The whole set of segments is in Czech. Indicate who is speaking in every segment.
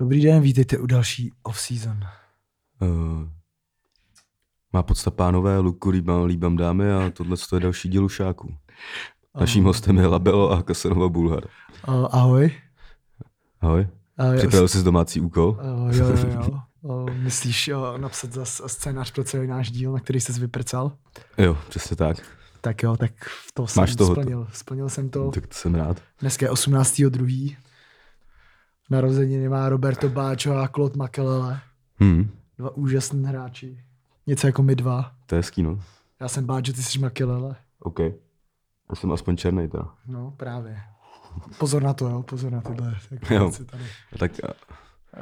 Speaker 1: Dobrý den, vítejte u další off-season.
Speaker 2: Uh, má podsta pánové, Luku líbám, líbám dámy a tohle je další díl Ušáků. Naším
Speaker 1: Ahoj.
Speaker 2: hostem je Labelo a Kasanova Bulhar.
Speaker 1: Uh, Um, ahoj.
Speaker 2: Ahoj,
Speaker 1: Uh,
Speaker 2: připravil jsi domácí úkol?
Speaker 1: Uh, jo, jo, jo. Uh, myslíš uh, napsat zase scénář pro celý náš díl, na který jsi vyprcal?
Speaker 2: Jo, přesně tak.
Speaker 1: Tak jo, tak to jsem
Speaker 2: Máš toho to.
Speaker 1: splnil. Splnil jsem to.
Speaker 2: Tak to jsem rád.
Speaker 1: Dneska je 18.2. Narozeniny má Roberto Báčo a Claude Makelele.
Speaker 2: Hm,
Speaker 1: Dva úžasní hráči. Něco jako my dva.
Speaker 2: to je hezký, no.
Speaker 1: Já jsem Báčo, ty jsi Makelele.
Speaker 2: OK. Já jsem aspoň černý teda.
Speaker 1: No, právě. Pozor na to, jo, pozor na tohle. Tak
Speaker 2: Jo.
Speaker 1: věci tady.
Speaker 2: A tak a-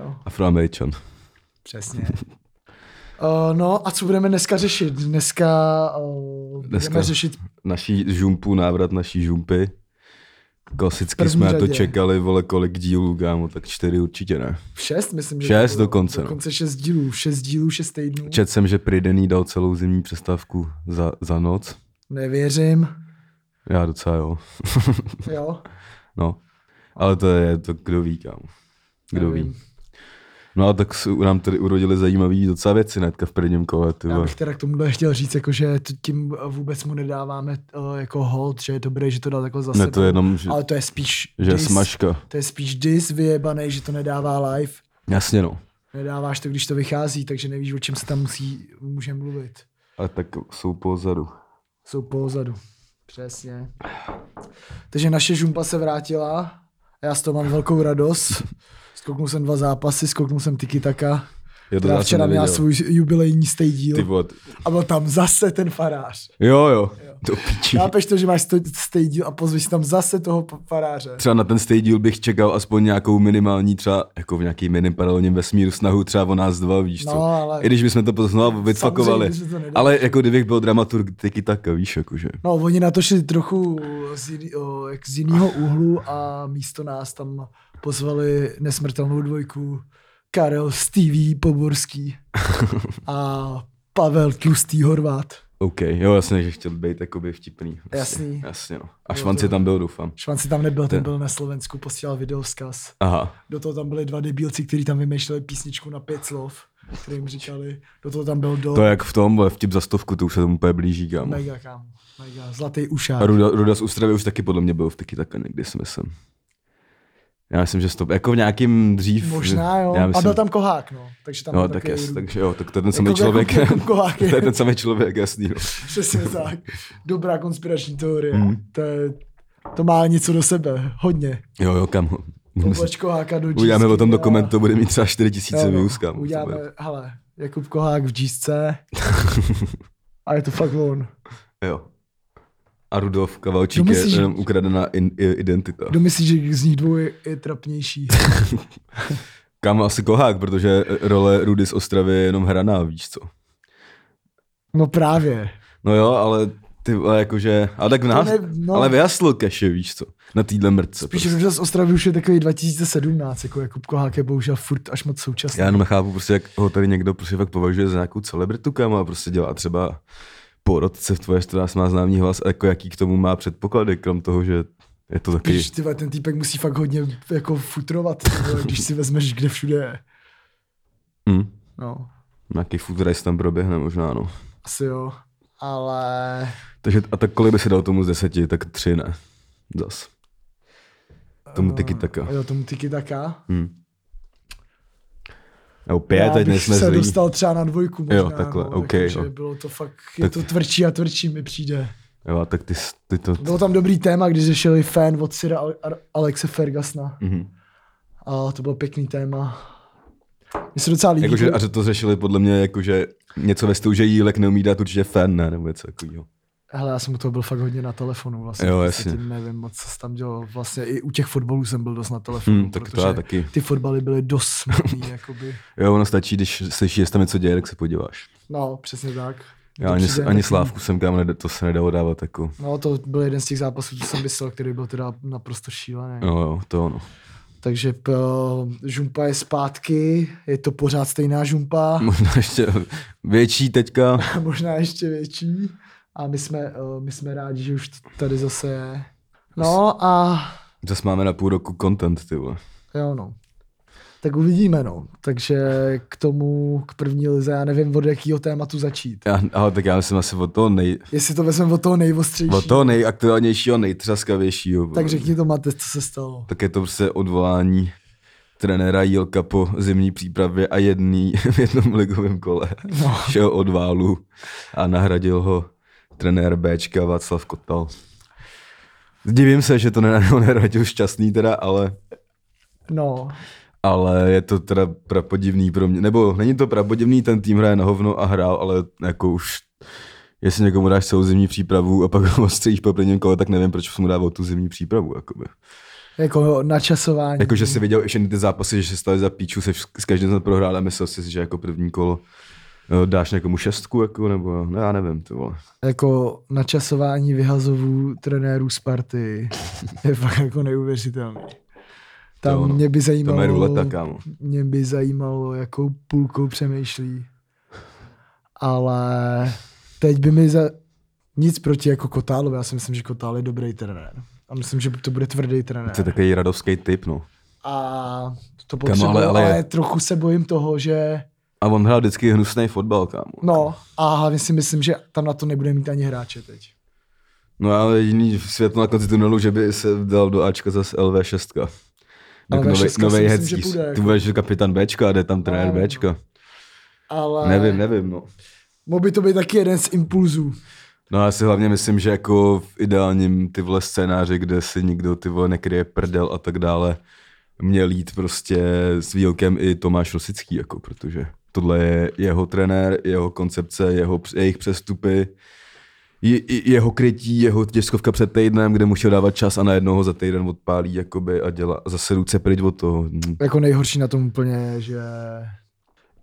Speaker 1: Jo.
Speaker 2: afroameričan.
Speaker 1: Přesně. Uh, no a co budeme dneska řešit? Dneska, uh,
Speaker 2: Dneska.
Speaker 1: budeme řešit
Speaker 2: Naší žumpu, návrat naší žumpy. Klasicky
Speaker 1: První
Speaker 2: jsme na to
Speaker 1: řadě.
Speaker 2: čekali, vole, kolik dílů, kámo, tak čtyři určitě ne.
Speaker 1: šest, myslím, že
Speaker 2: Šest
Speaker 1: to bylo.
Speaker 2: dokonce, no.
Speaker 1: Dokonce šest dílů, šest dílů, šest týdnů.
Speaker 2: Četl jsem, že Pridený dal celou zimní přestávku za, za noc.
Speaker 1: Nevěřím,
Speaker 2: Já docela jo.
Speaker 1: jo.
Speaker 2: No, ale to je, to kdo ví, kam. Kdo
Speaker 1: Nevím.
Speaker 2: ví. No a tak se u- nám tady urodili zajímavé docela věci hnedka v prvním kole, ty
Speaker 1: Já
Speaker 2: vole.
Speaker 1: bych teda k tomuhle chtěl říct, jako, že t- tím eh, vůbec mu nedáváme uh, jako hold, že je dobré, že to dal takhle za
Speaker 2: Ne,
Speaker 1: sebou.
Speaker 2: to je jenom, že,
Speaker 1: Ale to je spíš
Speaker 2: že
Speaker 1: dis,
Speaker 2: smažka.
Speaker 1: to je spíš dis vyjebanej, že to nedává live.
Speaker 2: Jasně no.
Speaker 1: Nedáváš to, když to vychází, takže nevíš, o čem se tam musí, může mluvit.
Speaker 2: Ale tak jsou pozadu.
Speaker 1: Jsou pozadu. Přesně. Takže naše žumpa se vrátila a já z toho mám velkou radost. Skoknul jsem dva zápasy, skoknul jsem tiki taka.
Speaker 2: Já to
Speaker 1: Která
Speaker 2: zase
Speaker 1: včera měla
Speaker 2: neviděl.
Speaker 1: svůj jubilejní stej
Speaker 2: Ty
Speaker 1: díl
Speaker 2: vole.
Speaker 1: a byl tam zase ten farář.
Speaker 2: Jo, jo. To piči.
Speaker 1: Chápeš to, že máš sto- stej díl a pozveš si tam zase toho p- faráře.
Speaker 2: Třeba na ten stej díl bych čekal aspoň nějakou minimální, třeba jako v nějakým jiným paralelním vesmíru snahu třeba o nás dva, víš co.
Speaker 1: No, ale-
Speaker 2: I když bychom to potom znovu vytlakovali.
Speaker 1: že se to nedá.
Speaker 2: Ale jako kdybych byl dramaturg taky tak, víš, jakože.
Speaker 1: No, oni natočili trochu z, jiný, o, jak z jiného úhlu a místo nás tam pozvali nesmrtelnou dvojku Karel Stevie Poborský a Pavel Tlustý Horvát.
Speaker 2: OK, jo, jasně, že chtěl být jakoby vtipný. Vlastně,
Speaker 1: Jasný.
Speaker 2: Jasně, no. A
Speaker 1: Jo,
Speaker 2: švanci
Speaker 1: to-
Speaker 2: tam byl, doufám.
Speaker 1: Švanci tam nebyl, ten byl na Slovensku, posílal videovzkaz.
Speaker 2: Aha,
Speaker 1: Do toho tam byly dva debilci, kteří tam vymýšleli písničku na pět slov, které jim říkali. Do toho tam byl do...
Speaker 2: to je jak v tom, vole, vtip za stovku, to už se tomu úplně blíží, kámo.
Speaker 1: Mega kam, mega, zlatý ušák.
Speaker 2: A Ruda, Ruda z Ústravy už taky podle mě byl v taky takhle někdy, si myslím. Já myslím, že stop, jako v nějakým dřív.
Speaker 1: Možná jo,
Speaker 2: Já
Speaker 1: a
Speaker 2: myslím,
Speaker 1: byl tam kohák, no. Takže tam
Speaker 2: No,
Speaker 1: byl Jako
Speaker 2: tak
Speaker 1: takový
Speaker 2: jas,
Speaker 1: Ruda.
Speaker 2: takže jo, tak to je ten samý
Speaker 1: Jakub-
Speaker 2: člověk.
Speaker 1: Jakub Kohák
Speaker 2: to
Speaker 1: je-
Speaker 2: je ten samý člověk, jasný. No.
Speaker 1: Přesně tak. Dobrá konspirační teorie.
Speaker 2: Hmm.
Speaker 1: Mm. To, je, to má něco do sebe. Hodně.
Speaker 2: Jo, jo, kam.
Speaker 1: Oblač Koháka do
Speaker 2: Uděláme
Speaker 1: džísky
Speaker 2: o tom
Speaker 1: a-
Speaker 2: dokument, to bude mít třeba 4
Speaker 1: Jo,
Speaker 2: 000
Speaker 1: no,
Speaker 2: views, kam.
Speaker 1: Uděláme, hele, Jakub Kohák v džísce. a je to fakt on.
Speaker 2: Jo. A Rudolf Kavalčík
Speaker 1: Kdo No, myslíš,
Speaker 2: je
Speaker 1: že-
Speaker 2: jenom ukradená in, i- identita.
Speaker 1: Kdo myslí, že z nich dvou je, je trapnější?
Speaker 2: Kam asi kohák, protože role Rudy z Ostravy je jenom hraná, víš co.
Speaker 1: No právě.
Speaker 2: No jo, ale ty vole, jakože, ale tak v nás,
Speaker 1: ne-
Speaker 2: ne,
Speaker 1: no.
Speaker 2: no. ale vyjasl keše, víš co, na týdle mrtce.
Speaker 1: Spíš
Speaker 2: prostě.
Speaker 1: Ruda z Ostravy už je takový 2017, jako Jakub Kohák je bohužel furt až moc současný.
Speaker 2: Já jenom nechápu prostě, jak ho tady někdo prostě fakt považuje za nějakou celebritu, kam a prostě dělá třeba porodce v tvoje 14 má známý hlas a jako jaký k tomu má předpoklady, krom toho, že je to taky,
Speaker 1: Když ty vole, ten týpek musí fakt hodně jako futrovat, ty vole, když si vezmeš, kde všude je.
Speaker 2: hm,
Speaker 1: No,
Speaker 2: nějaký food race tam proběhne možná, no.
Speaker 1: asi jo. Ale
Speaker 2: Takže a tak kolik by se dal tomu z deseti, tak tři ne. Zas. Tomu tiki
Speaker 1: Eh,
Speaker 2: taka.
Speaker 1: Hm, Jo, tomu tiki taka.
Speaker 2: Hm. Nebo pět,
Speaker 1: Já
Speaker 2: teď
Speaker 1: bych
Speaker 2: nejsme
Speaker 1: se
Speaker 2: zlí.
Speaker 1: dostal třeba na dvojku možná.
Speaker 2: Jo, takhle,
Speaker 1: no,
Speaker 2: ok,
Speaker 1: takže
Speaker 2: jo.
Speaker 1: bylo to fakt, je to tvrdší a tvrdší mi přijde.
Speaker 2: Jo, a tak ty, s- ty to...
Speaker 1: Bylo tam dobrý téma, když řešili fan od Sira Ale- Ar- Alexe Fergasna.
Speaker 2: Mhm.
Speaker 1: A to bylo pěkný téma. Mně se docela líbí.
Speaker 2: Jakože,
Speaker 1: to-
Speaker 2: a že to řešili podle mě jakože něco ve stylu, že jílek neumí dát určitě fan, ne? Nebo něco takového.
Speaker 1: Hele, já jsem u toho byl fakt hodně na telefonu. Vlastně,
Speaker 2: Jo,
Speaker 1: v
Speaker 2: jasně.
Speaker 1: podstatě nevím moc, co se tam dělo. Vlastně i u těch fotbalů jsem byl dost na telefonu,
Speaker 2: Hm, tak to
Speaker 1: Hmm, protože
Speaker 2: já taky.
Speaker 1: ty fotbaly byly dost smutný, jakoby.
Speaker 2: Jo, ono stačí, když slyšíš, jestli tam něco děje, tak se podíváš.
Speaker 1: No, přesně tak.
Speaker 2: Já ani,
Speaker 1: Dobře,
Speaker 2: ani
Speaker 1: tak-
Speaker 2: Slávku jsem kam ned- to se nedalo dávat jako.
Speaker 1: No, to byl jeden z těch zápasů, co jsem myslel, který byl teda naprosto šílený.
Speaker 2: Jo, jo, to ono.
Speaker 1: Takže p- eh, žumpa je zpátky, je to pořád stejná žumpa,
Speaker 2: Možná ještě větší teďka.
Speaker 1: možná ještě větší. A my jsme, eh, my jsme rádi, že už t- tady zase je. No a
Speaker 2: Zase máme na půl roku content, ty vole.
Speaker 1: jo no. Tak uvidíme, no. Takže k tomu, k první lize, já nevím, od jakého tématu začít.
Speaker 2: Já, ale tak já myslím asi od toho, nej,
Speaker 1: Jestli to vezmeme od toho nejostřejšího,
Speaker 2: od toho nejaktuálnějšího, nejtřaskavějšího.
Speaker 1: tak řekni to, Mate, co se stalo.
Speaker 2: Tak je to prostě odvolání trenéra Jilka po zimní přípravě a jedný v jednom ligovém kole.
Speaker 1: No.
Speaker 2: Šel od válu a nahradil ho trenér Bčka Václav Kotal. Divím se, že to nenahradil nehradil šťastný teda, ale,
Speaker 1: No,
Speaker 2: ale je to teda prapodivný pro mě. Nebo není to prapodivný, ten tým hraje na hovno a hrál, ale jako už jestli někomu dáš celou zimní přípravu a pak ho ostříš po prvním kole, tak nevím, proč jsi mu dával tu zimní přípravu. Jakoby.
Speaker 1: jako načasování.
Speaker 2: Jako, že jsi viděl všechny ty zápasy, že se stali za píču, se vš- s každým jsem prohrál a myslel jsi, si, že jako první kolo eh, dáš někomu šestku, jako, nebo no, já nevím, to vole.
Speaker 1: jako načasování vyhazovů trenérů Sparty je fakt jako neuvěřitelný. Tam
Speaker 2: Jo, no.
Speaker 1: mě by
Speaker 2: Tam je
Speaker 1: zajímalo,
Speaker 2: ruleta, kámo.
Speaker 1: mě by zajímalo, jakou půlkou přemýšlí. Ale teď by mi za... Nic proti jako Kotálovi, já si myslím, že Kotál je dobrý trenér. A myslím, že to bude tvrdý trenér.
Speaker 2: To je takový radovský typ, no.
Speaker 1: A to
Speaker 2: Kamo, ale-
Speaker 1: potřebuji, ale, ale,
Speaker 2: ale-
Speaker 1: ale, trochu se bojím toho, že
Speaker 2: A on hrál vždycky hnusný fotbal, kámo.
Speaker 1: no a hlavně si myslím, že tam na to nebude mít ani hráče teď.
Speaker 2: No a jediný světlo na konci tunelu, že by se dal do Ačka zase LV6. Tak
Speaker 1: LV6
Speaker 2: Jako novej-
Speaker 1: si
Speaker 2: novej
Speaker 1: myslím,
Speaker 2: hecký.
Speaker 1: že půjde, jako.
Speaker 2: Ty budeš kapitán Bčka a jde tam trenér
Speaker 1: No, no.
Speaker 2: Bčka.
Speaker 1: Ale...
Speaker 2: Nevím, nevím, no.
Speaker 1: Mohl by to být taky jeden z impulzů.
Speaker 2: No já si hlavně myslím, že jako v ideálním ty vole scénáři, kde si nikdo ty vole nekryje prdel a tak dále, měl jít prostě s výlkem i Tomáš Rosický, jako protože tohle je jeho trenér, jeho koncepce, jeho, př- jejich přestupy, je, je- jeho krytí, jeho těžkovka před týdnem, kde musel dávat čas a najednou ho za týden odpálí jakoby a dělá a zase ruce pryč od toho. Hm.
Speaker 1: Jako nejhorší na tom úplně je, že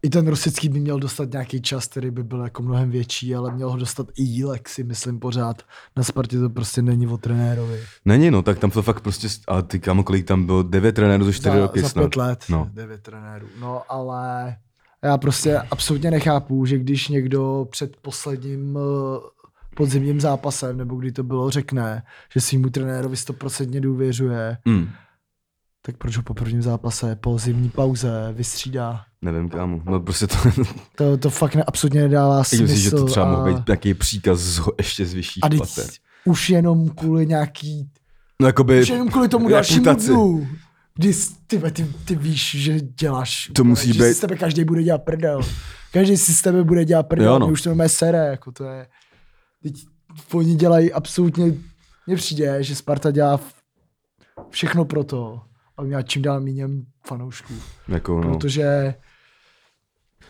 Speaker 1: i ten Rosický by měl dostat nějaký čas, který by byl jako mnohem větší, ale měl ho dostat i Jílek, si myslím pořád. Na Spartě to prostě není o trenérovi.
Speaker 2: Není no, tak tam to fakt prostě, a ty kámo, kolik tam bylo, devět trenérů za čtyři
Speaker 1: Za,
Speaker 2: roky
Speaker 1: za
Speaker 2: snad.
Speaker 1: pět let,
Speaker 2: No.
Speaker 1: no. devět trenérů. No ale já prostě absolutně nechápu, že když někdo před posledním eh, podzimním zápasem, nebo kdy to bylo, řekne, že svýmu trenérovi stoprocentně důvěřuje,
Speaker 2: Mm.
Speaker 1: tak proč ho po prvním zápase, po zimní pauze vystřídá?
Speaker 2: Nevím, kámo. No prostě to...
Speaker 1: To, to fakt ne, absolutně nedává
Speaker 2: Teď
Speaker 1: smysl.
Speaker 2: myslím, že to třeba
Speaker 1: a,
Speaker 2: mohl být nějaký příkaz z ho, ještě z vyšších
Speaker 1: a teď
Speaker 2: pater.
Speaker 1: už jenom kvůli nějaký,
Speaker 2: No jakoby
Speaker 1: už jenom kvůli tomu dalšímu
Speaker 2: reputaci.
Speaker 1: dnu, kdy s- ty, ve- ty, ty víš, že děláš,
Speaker 2: To musí
Speaker 1: že
Speaker 2: být-
Speaker 1: si z tebe každý bude dělat prdel. Každý si z tebe bude dělat prdel,
Speaker 2: Jo,
Speaker 1: jo,
Speaker 2: no.
Speaker 1: no. už to máme sere, jako to je, teď oni dělají absolutně, mně přijde, že Sparta dělá v- všechno pro to, aby měla čím dál méně fanoušků.
Speaker 2: Jako, no.
Speaker 1: protože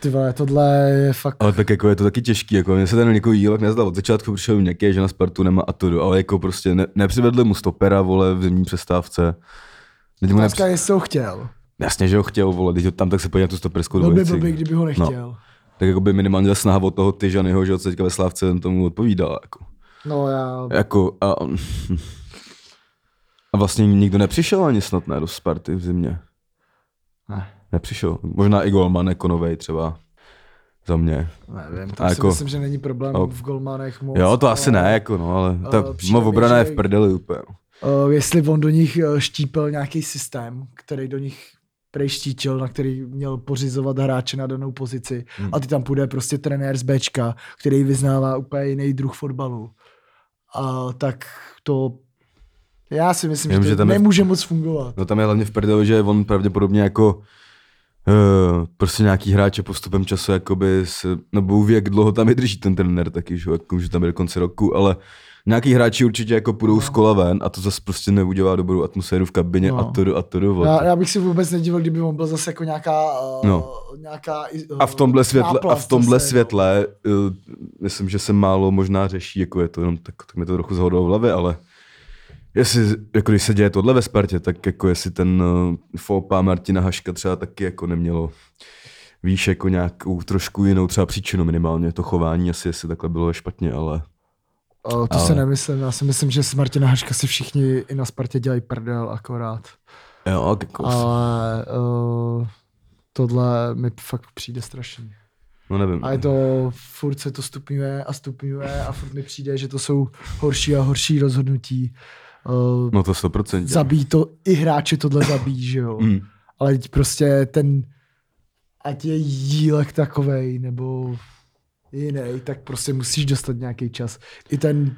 Speaker 1: ty vole, tohle je fakt
Speaker 2: Ale tak jako je to taky těžký, jako mně se ten jako jílek nezdal. Od začátku přišel nějaký, že na Spartu nemá Atudu, ale jako prostě ne, nepřivedli mu stopera, vole, v zimní přestávce. Teď mu nepři...
Speaker 1: otázka, jestli ho chtěl.
Speaker 2: Jasně, že ho chtěl, vole, teď ho tam tak se podívej na tu stoperskou
Speaker 1: Byl by
Speaker 2: dvojici.
Speaker 1: blbý, kdyby ho nechtěl. No.
Speaker 2: Tak jako by minimálně ta snaha od toho Tyžanyho, že ho teďka ve Slávce tomu odpovídala. Jako.
Speaker 1: No já,
Speaker 2: jako a, a vlastně nikdo nepřišel ani snad ne do Sparty v zimě.
Speaker 1: ne,
Speaker 2: Nepřišel. Možná i Golman jako novej třeba za mě.
Speaker 1: nevím,
Speaker 2: A
Speaker 1: tam jako,
Speaker 2: jako-
Speaker 1: si myslím, že není problém
Speaker 2: a-
Speaker 1: v golmanech moc.
Speaker 2: Jo, to asi
Speaker 1: ale,
Speaker 2: ne, jako no, ale ta
Speaker 1: Eh, přijde
Speaker 2: uh,
Speaker 1: mi,
Speaker 2: obrana je
Speaker 1: že-
Speaker 2: v prdeli úplně. no.
Speaker 1: Uh, jestli on do nich eh, štípil nějaký systém, který do nich prej štítil, na který měl pořizovat hráče na danou pozici
Speaker 2: Hmm.
Speaker 1: a ty tam půjde prostě trenér z Bčka, který vyznává úplně jiný druh fotbalu. A tak to já si myslím,
Speaker 2: Vím,
Speaker 1: že,
Speaker 2: že
Speaker 1: to
Speaker 2: tam je-
Speaker 1: nemůže moc fungovat.
Speaker 2: No tam je hlavně v prdeli, že on pravděpodobně jako Uh, prostě nějaký hráče postupem času jakoby se, nebo uví, jak dlouho tam vydrží ten trenér taky, že, jo, jako, že tam je do konce roku, ale nějaký hráči určitě jako půjdou z kola ven a to zase prostě neudělá dobrou atmosféru v kabině
Speaker 1: No.
Speaker 2: a to a to vole.
Speaker 1: Já, já bych si vůbec nedivil, kdyby on byl zase jako nějaká... Uh,
Speaker 2: No.
Speaker 1: no. nějaká uh,
Speaker 2: A v tomhle světle, a v
Speaker 1: náplast prostě.
Speaker 2: tomhle
Speaker 1: zase,
Speaker 2: světle uh, myslím, že se málo možná řeší, jako je to jenom tak, tak mi to trochu zhodou v hlavě, ale jestli, jako když se děje tohle ve Spartě, tak jako jestli ten uh, fópa Martina Haška třeba taky jako nemělo víš, jako nějakou trošku jinou třeba příčinu minimálně, to chování asi, jestli takhle bylo špatně, ale
Speaker 1: No. Uh, to
Speaker 2: ale-
Speaker 1: se nemyslím, já si myslím, že s Martina Haška si všichni i na Spartě dělají prdel akorát.
Speaker 2: jo, tak jako,
Speaker 1: Ale uh, tohle mi fakt přijde strašný.
Speaker 2: no nevím.
Speaker 1: A je to, furt se to stupňuje a stupňuje a furt mi přijde, že to jsou horší a horší rozhodnutí. Uh,
Speaker 2: No to 100%.
Speaker 1: zabíjí to, i hráče tohle zabíjí, že jo.
Speaker 2: Mm.
Speaker 1: ale teď prostě ten, ať je jílek takovej, nebo jiný, tak prostě musíš dostat nějaký čas. I ten,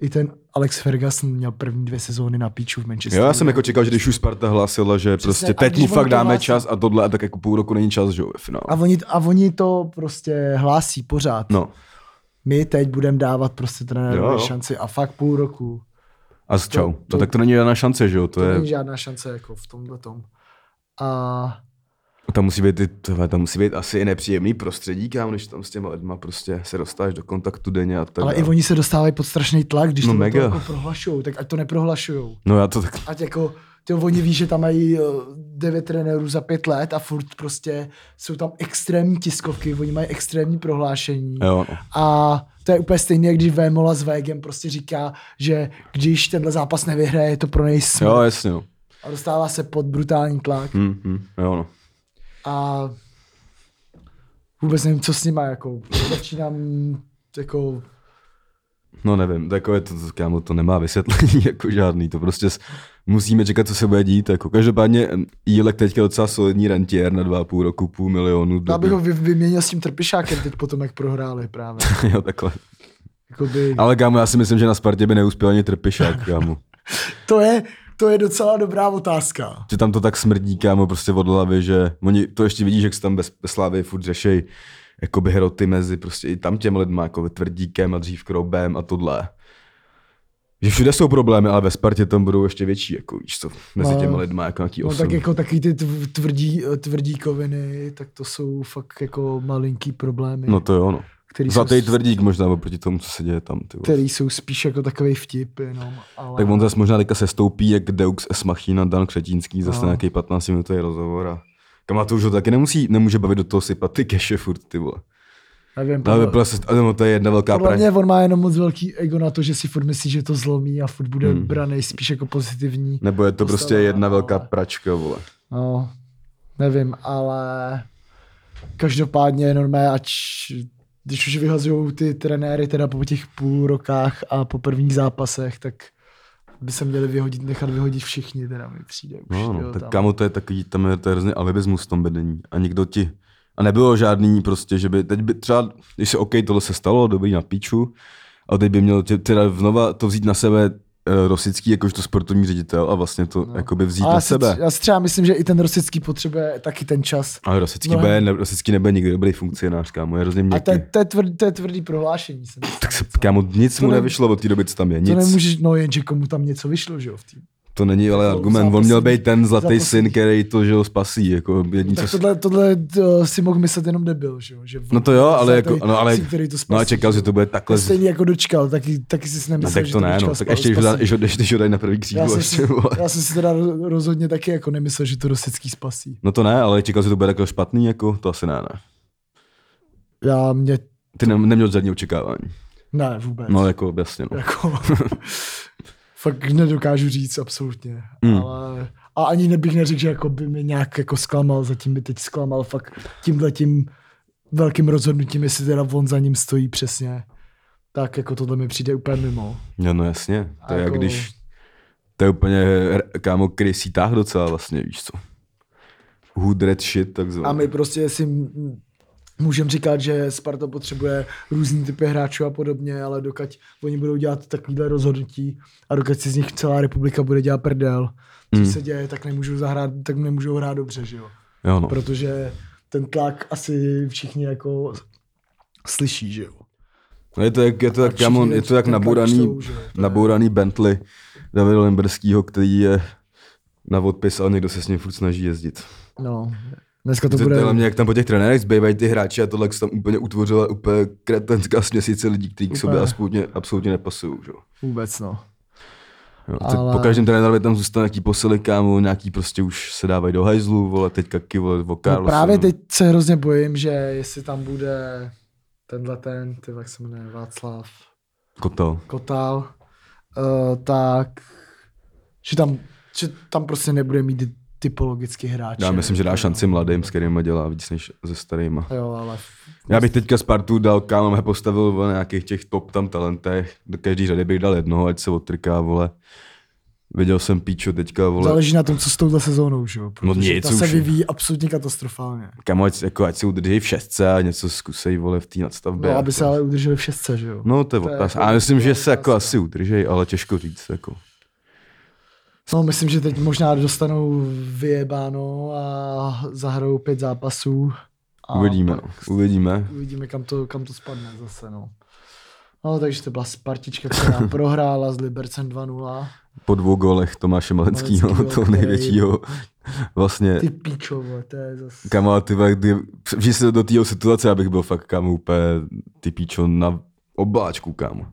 Speaker 1: i ten Alex Ferguson měl první dvě sezóny na píču v Manchesteru.
Speaker 2: Jo, já jsem jako čekal, že když už Sparta hlásila, že
Speaker 1: Přesně, a
Speaker 2: prostě teď
Speaker 1: když
Speaker 2: mu
Speaker 1: on
Speaker 2: fakt
Speaker 1: to
Speaker 2: dáme
Speaker 1: hlásí.
Speaker 2: čas a tohle, a tak jako půl roku není čas, že jo, ve
Speaker 1: A
Speaker 2: finále.
Speaker 1: oni, a oni to prostě hlásí pořád.
Speaker 2: No.
Speaker 1: My teď budeme dávat prostě
Speaker 2: Jo, jo.
Speaker 1: trenérovi šanci a fakt půl roku.
Speaker 2: A s čau.
Speaker 1: to-
Speaker 2: No tak to není žádná šance, že jo, to,
Speaker 1: To
Speaker 2: je,
Speaker 1: není žádná šance jako v tomhle tom. A
Speaker 2: tam musí být, i- tohle, tam musí být asi i nepříjemný prostředí, kámo, když tam s těma lidma prostě se dostáš do kontaktu denně a tak
Speaker 1: Ale i
Speaker 2: dále.
Speaker 1: oni se dostávají pod strašný tlak, když
Speaker 2: No
Speaker 1: no to
Speaker 2: mega.
Speaker 1: jako prohlašují, tak ať to neprohlašují.
Speaker 2: No já to tak,
Speaker 1: Ať jako, ty oni ví, že tam mají eh, devět trenérů za pět let a furt prostě jsou tam extrémní tiskovky, oni mají extrémní prohlášení.
Speaker 2: jo, no.
Speaker 1: A to je úplně stejné, jak když Vémola s Vegem prostě říká, že když tenhle zápas nevyhraje, je to pro něj smrt.
Speaker 2: Jo, jasně, jo.
Speaker 1: A dostává se pod brutální tlak.
Speaker 2: Hm, hm, jo, no.
Speaker 1: a vůbec nevím, co s nima, jako začínám jako
Speaker 2: No nevím, takové to, to, kámo, to nemá vysvětlení jako žádný, to prostě s, musíme čekat, co se bude dít. Jako. Každopádně em, Jílek teďka je docela solidní rentier na dva a půl roku, půl milionu.
Speaker 1: Já bych
Speaker 2: dobrý.
Speaker 1: ho vy- vyměnil s tím trpišákem teď potom, jak prohráli právě.
Speaker 2: jo, takhle.
Speaker 1: Jakoby,
Speaker 2: Ale kámo, já si myslím, že na Spartě by neuspěl ani trpišák, kámo.
Speaker 1: to, je, to je docela dobrá otázka.
Speaker 2: Že tam to tak smrdí, kámo, prostě od hlavy, že oni to ještě vidíš, jak se tam bez, bez slávy furt řešej jakoby hroty mezi prostě i tam těm lidma, jako tvrdíkem a dřív kroubem a tohle. Že všude jsou problémy, ale ve Spartě tam budou ještě větší, jako víš co, mezi
Speaker 1: No.
Speaker 2: těmi lidma, jako nějaký
Speaker 1: No
Speaker 2: osm.
Speaker 1: tak jako takový ty tv- tvrdí, eh, tvrdí koviny, tak to jsou fakt jako malinký problémy,
Speaker 2: No to jo, no.
Speaker 1: který, jsou,
Speaker 2: Zlatý tvrdík možná oproti tomu, co se děje tam. Ty vole.
Speaker 1: který jsou spíš jako takový vtip jenom, ale...
Speaker 2: tak on zase možná teďka se stoupí, jak Deux S. Machina, Dan Křetínský, zase
Speaker 1: No.
Speaker 2: no. nějaký 15 minutový rozhovor a Kama to už ho taky nemusí, nemůže bavit do toho sypat ty keše furt, ty vole.
Speaker 1: nevím,
Speaker 2: Ale
Speaker 1: podle,
Speaker 2: vypil se, ale no, to je jedna velká
Speaker 1: podle
Speaker 2: praň.
Speaker 1: mě on má jenom moc velký ego na to, že si furt myslí, že to zlomí a furt bude
Speaker 2: Hmm.
Speaker 1: hmm. branej spíš jako pozitivní.
Speaker 2: Nebo je to prostě
Speaker 1: Postavená,
Speaker 2: jedna velká
Speaker 1: ale-
Speaker 2: pračka, vole.
Speaker 1: No, nevím, ale každopádně normálně, ať když už vyhazují ty trenéry teda po těch půl rokách a po prvních zápasech, tak by se měli vyhodit, nechat vyhodit všichni, teda mi přijde už.
Speaker 2: No,
Speaker 1: jo,
Speaker 2: no, tak
Speaker 1: tam.
Speaker 2: kamo, to je takový, tam je to je hrozně alibismus v tom vedení. A nikdo ti, a nebylo žádný prostě, že by, teď by třeba, když se OK, tohle se stalo, dobrý na piču, a teď by měl tě, teda znova to vzít na sebe eh, Rosický, jakožto sportovní ředitel a vlastně to no.
Speaker 1: No.
Speaker 2: jakoby vzít
Speaker 1: A
Speaker 2: na
Speaker 1: já si,
Speaker 2: sebe.
Speaker 1: tři- Já si třeba myslím, že i ten Rosický potřebuje taky ten čas.
Speaker 2: Ale Rosický,
Speaker 1: No.
Speaker 2: bude, ne, Rosický nebude nikdy dobrý funkcionář, kámo, je hrozně
Speaker 1: A
Speaker 2: měkký.
Speaker 1: to, je- to, je tvrdý, to je tvrdý prohlášení. Jsem
Speaker 2: Tak se, kámo, nic
Speaker 1: To
Speaker 2: mu
Speaker 1: ne-
Speaker 2: nevyšlo od té doby, co tam je, nic.
Speaker 1: to nemůžeš, no jenže komu tam něco vyšlo, že jo, v tým.
Speaker 2: To není ale
Speaker 1: Jako
Speaker 2: argument,
Speaker 1: za
Speaker 2: on měl
Speaker 1: poslední-
Speaker 2: být ten
Speaker 1: za
Speaker 2: zlatý
Speaker 1: poslední-
Speaker 2: syn, který to, že ho spasí, jako jediný,
Speaker 1: Tak
Speaker 2: co...
Speaker 1: tohle, tohle eh, si mohl myslet jenom debil, že jo? Že
Speaker 2: No to jo, ale
Speaker 1: zlatý
Speaker 2: jako- no ale-
Speaker 1: syn, který to
Speaker 2: No a
Speaker 1: spasí,
Speaker 2: čekal, že to bude
Speaker 1: To
Speaker 2: takhle... z-
Speaker 1: stejně jako dočkal, taky, taky si
Speaker 2: No,
Speaker 1: nemyslel,
Speaker 2: tak
Speaker 1: že
Speaker 2: to ne,
Speaker 1: dočkal
Speaker 2: no, tak
Speaker 1: spa-
Speaker 2: ještě, když ho, dá,
Speaker 1: spasí.
Speaker 2: když, ho, když ho dají na první
Speaker 1: já,
Speaker 2: křídlo,
Speaker 1: jsem
Speaker 2: ještě,
Speaker 1: si,
Speaker 2: vole.
Speaker 1: já jsem si teda ro- rozhodně taky jako nemyslel, že to Rosický spasí.
Speaker 2: No to ne, ale čekal, že to bude takhle špatný, jako to asi ne, ne.
Speaker 1: Já mě,
Speaker 2: Ty ne, neměl žádný očekávání.
Speaker 1: ne vůbec.
Speaker 2: No jako, jasně, no.
Speaker 1: Jako, fakt nedokážu říct absolutně,
Speaker 2: Hmm.
Speaker 1: ale a ani nebych neřekl, že jako by mě nějak jako zklamal, zatím by teď zklamal fakt tímhletím velkým rozhodnutím, jestli teda on za ním stojí přesně. Tak jako tohle mi přijde úplně mimo.
Speaker 2: No, no jasně, to
Speaker 1: A
Speaker 2: je jak
Speaker 1: jako-
Speaker 2: když... To je úplně, r- kámo, krysí táh docela vlastně, víš co. Hood red shit, takzvaně.
Speaker 1: A my prostě si m- můžeme říkat, že Sparta potřebuje různý typy hráčů a podobně, ale dokud oni budou dělat takovýhle rozhodnutí a dokud si z nich celá republika bude dělat prdel, co
Speaker 2: Mm.
Speaker 1: se děje, tak nemůžou, zahrát, tak nemůžou hrát dobře, že jo?
Speaker 2: Jo, no.
Speaker 1: Protože ten tlak asi všichni jako slyší, že jo?
Speaker 2: No Je to jak, je to
Speaker 1: A
Speaker 2: jak,
Speaker 1: všichni
Speaker 2: kámo, je
Speaker 1: ten-
Speaker 2: to jak
Speaker 1: ten tlak
Speaker 2: nabouraný,
Speaker 1: čtou, že jo, to je-
Speaker 2: nabouraný Bentley Davida Limberského, který je na odpis, ale někdo se s ním furt snaží jezdit.
Speaker 1: No, dneska to
Speaker 2: To
Speaker 1: bude...
Speaker 2: na mě, jak tam po těch trenérech zbývají ty hráči a tohle jak se tam úplně utvořila úplně kretenská směsice lidí, kteří k sobě
Speaker 1: Úplně.
Speaker 2: absolutně, absolutně nepasují. Že? jo.
Speaker 1: Vůbec, no.
Speaker 2: Jo, tak
Speaker 1: Ale-
Speaker 2: Po každém trenérovi tam zůstane nějaký posily, kámo, nějaký prostě už se dávají do hajzlu, vole, teďka ky, vole, o
Speaker 1: no
Speaker 2: Carlsonu.
Speaker 1: právě teď se hrozně bojím, že jestli tam bude tenhle ten, ty jak se jmenuje, Václav...
Speaker 2: Kotel.
Speaker 1: Kotal, uh, tak že tam, že tam prostě nebude mít typologicky hráče.
Speaker 2: Já myslím, že dá
Speaker 1: Jo.
Speaker 2: šanci mladým, s kterými dělá víc než se starýma.
Speaker 1: Jo, ale
Speaker 2: Já bych teďka Spartu dal, kámo, mě postavil v nějakých těch top tam talentech. Do každý řady bych dal jednoho, ať se otrká, vole. Viděl jsem Píčo teďka, vole,
Speaker 1: Záleží na tom, co s touhle sezónou, že jo?
Speaker 2: No
Speaker 1: protože
Speaker 2: nic
Speaker 1: ta se
Speaker 2: už.
Speaker 1: vyvíjí absolutně katastrofálně.
Speaker 2: kamo, ať, jako, ať si udrží v šestce a něco zkusej, vole, v té nadstavbě.
Speaker 1: No, aby
Speaker 2: jako.
Speaker 1: se ale udrželi v šestce, že jo?
Speaker 2: No, to je
Speaker 1: To je
Speaker 2: otázka.
Speaker 1: jako-
Speaker 2: A myslím, že se jako
Speaker 1: otázka.
Speaker 2: asi udržej, ale těžko říct, jako.
Speaker 1: No, myslím, že teď možná dostanou vyjebáno a zahrajou pět zápasů. A
Speaker 2: Uvidíme,
Speaker 1: pak
Speaker 2: no. uvidíme.
Speaker 1: Uvidíme, kam to, kam to spadne zase, no. No, takže to byla Spartička, která prohrála s Libercem 2-0.
Speaker 2: Po dvou golech Tomáše Maleckýho,
Speaker 1: Maleckýho,
Speaker 2: toho
Speaker 1: který-
Speaker 2: největšího, vlastně,
Speaker 1: Ty pičo, vole, to je zase...
Speaker 2: kamo, ty, vole, kdy, že se do tého situace, abych byl fakt, kamo, úplně ty píčo na obláčku, kamo.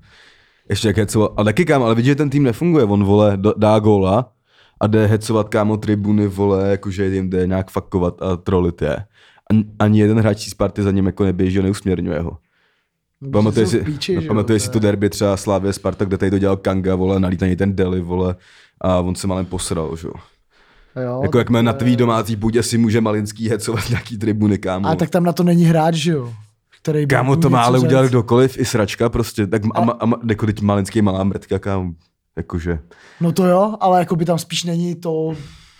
Speaker 2: Ještě jak hecoval, a taky kamo, ale vidíš, že ten tým nefunguje, on, vole, do- dá góla a jde hecovat, kámo, tribuny, vole, jakože jim jde nějak fakovat a trolit je. An- Ani jeden hráč z party za ním jako neběží a neusměrňuje ho. Pamatuje
Speaker 1: Jsou
Speaker 2: si,
Speaker 1: píči,
Speaker 2: no,
Speaker 1: že jo,
Speaker 2: pamatuje
Speaker 1: to
Speaker 2: si
Speaker 1: je-
Speaker 2: to derby třeba Slávě Sparta, kde tady to dělal Kanga, vole, nalít na něj ten Deli, vole, a on se malem posral, že jo.
Speaker 1: Jo,
Speaker 2: Jako jak má na
Speaker 1: No, to
Speaker 2: tvý
Speaker 1: je-
Speaker 2: domácí půdě si může Malinský hecovat nějaký tribuny, kámo.
Speaker 1: A tak tam na to není hráč, že jo? Který by
Speaker 2: kámo,
Speaker 1: mu
Speaker 2: to má
Speaker 1: něco
Speaker 2: ale
Speaker 1: řekl.
Speaker 2: udělat kdokoliv, i sračka prostě, tak a, ma- a, ma- jako teď Malinský je malá mrtka, kámo. Jakože,
Speaker 1: No to jo, ale jako by tam spíš není to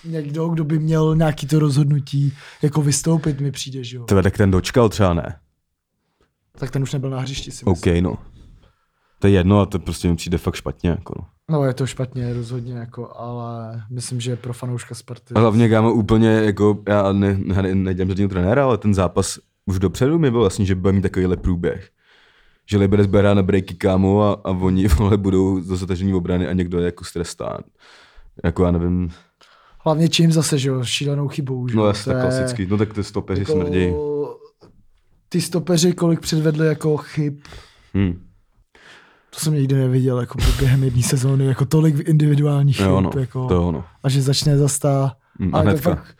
Speaker 1: někdo, kdo by měl nějaký to rozhodnutí jako vystoupit, mi přijde, že jo?
Speaker 2: tebe tak ten dočkal třeba ne.
Speaker 1: Tak ten už nebyl na hřišti, si
Speaker 2: OK,
Speaker 1: myslím.
Speaker 2: no. To je jedno a to prostě mi přijde fakt špatně, jako no.
Speaker 1: No je to špatně, rozhodně, jako, ale myslím, že pro fanouška Sparty.
Speaker 2: A Hlavně kámo úplně, jako já ne, ne, nedělám žádného trenéra, ale ten zápas už dopředu mi bylo jasný, že bude mít takovýhle průběh. Že Liberec berá na breaky kámo a, a oni vole, budou do zatažení obrany a někdo je jako strestán. Jako já nevím,
Speaker 1: Hlavně čím zase, že jo? Šílenou chybou, že
Speaker 2: no
Speaker 1: jo?
Speaker 2: jasně,
Speaker 1: To je
Speaker 2: klasický, no tak ty stopeři
Speaker 1: jako-
Speaker 2: jako... smrdí.
Speaker 1: Ty stopeři, kolik předvedli jako chyb,
Speaker 2: Hm.
Speaker 1: to jsem nikdy neviděl, jako během jedné sezóny, jako tolik individuálních chyb,
Speaker 2: Jo, no,
Speaker 1: jako,
Speaker 2: to je ono.
Speaker 1: a že začne zas ta...
Speaker 2: Mm, a
Speaker 1: ale to
Speaker 2: hnedka.
Speaker 1: fakt-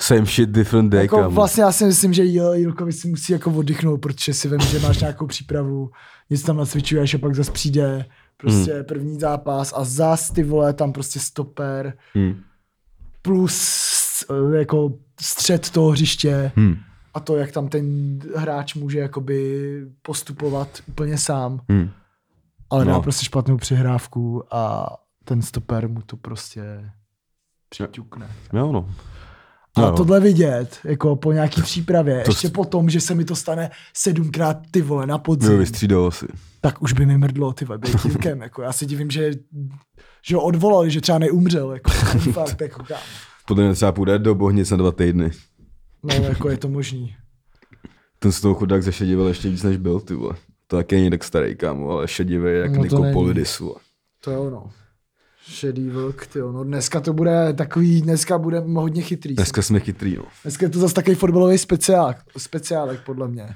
Speaker 2: Same shit, different day,
Speaker 1: Jako
Speaker 2: kámo.
Speaker 1: vlastně já si myslím, že J- Jilkovi si musí jako oddychnout, protože si vím, že máš nějakou přípravu, nic tam nacvičuješ a pak zase přijde prostě
Speaker 2: Mm.
Speaker 1: hmm. první zápas a zas ty vole tam prostě stoper
Speaker 2: Hm.
Speaker 1: plus eh, jako střed toho hřiště
Speaker 2: Hm.
Speaker 1: a to, jak tam ten hráč může jakoby postupovat úplně sám,
Speaker 2: Hm.
Speaker 1: ale no. dá
Speaker 2: No.
Speaker 1: prostě špatnou přihrávku a ten stoper mu to prostě přiťukne.
Speaker 2: Jo, no.
Speaker 1: A
Speaker 2: No jo.
Speaker 1: tohle vidět, jako po nějaký přípravě,
Speaker 2: to
Speaker 1: to ještě
Speaker 2: s-
Speaker 1: po tom, že se mi to stane sedmkrát ty vole na
Speaker 2: Byl
Speaker 1: podzim,
Speaker 2: vystřídal si.
Speaker 1: tak už by mi mrdlo ty vole, být Jirkem, jako já se divím, že, že ho odvolali, že třeba neumřel, jako fakt, jako kámo.
Speaker 2: Podle mě třeba půjde do Bohnic na dva týdny.
Speaker 1: No, jako je to možný.
Speaker 2: Ten z toho chudák zašedivil ještě víc, než byl, ty vole. To taky není tak starý, kámo, ale šedivý jak
Speaker 1: No
Speaker 2: no
Speaker 1: to není.
Speaker 2: Nikopolidis, vole.
Speaker 1: To je ono. Šedý vlk, ty no dneska to bude takový, dneska bude hodně chytrý.
Speaker 2: Dneska jsme chytrý, no.
Speaker 1: Dneska je to zase takový fotbalový speciál, speciálek, podle mě.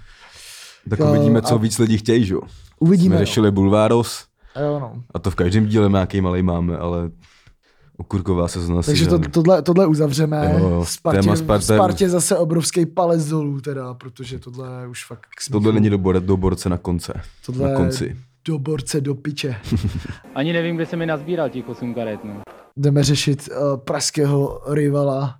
Speaker 2: Tak
Speaker 1: Jo,
Speaker 2: uvidíme, co
Speaker 1: a-
Speaker 2: víc lidí chtějí, že jo.
Speaker 1: Uvidíme,
Speaker 2: Jsme
Speaker 1: no.
Speaker 2: řešili Bulváros,
Speaker 1: Jo, no.
Speaker 2: a to v každém díle nějaký malý máme, ale okurková se zná
Speaker 1: Takže to, tohle, tohle uzavřeme.
Speaker 2: Jo, jo,
Speaker 1: Spartě,
Speaker 2: téma
Speaker 1: Spartě...
Speaker 2: Sparta-
Speaker 1: Spartě zase obrovský palec dolů teda, protože tohle je už fakt k smíchu.
Speaker 2: Tohle není do, bor- do borce na konce.
Speaker 1: Tohle
Speaker 2: na
Speaker 1: je
Speaker 2: konci.
Speaker 1: do borce, do piče.
Speaker 3: Ani nevím, kde se mi nazbíral těch 8 karet, no.
Speaker 1: Jdeme řešit uh, pražského rivala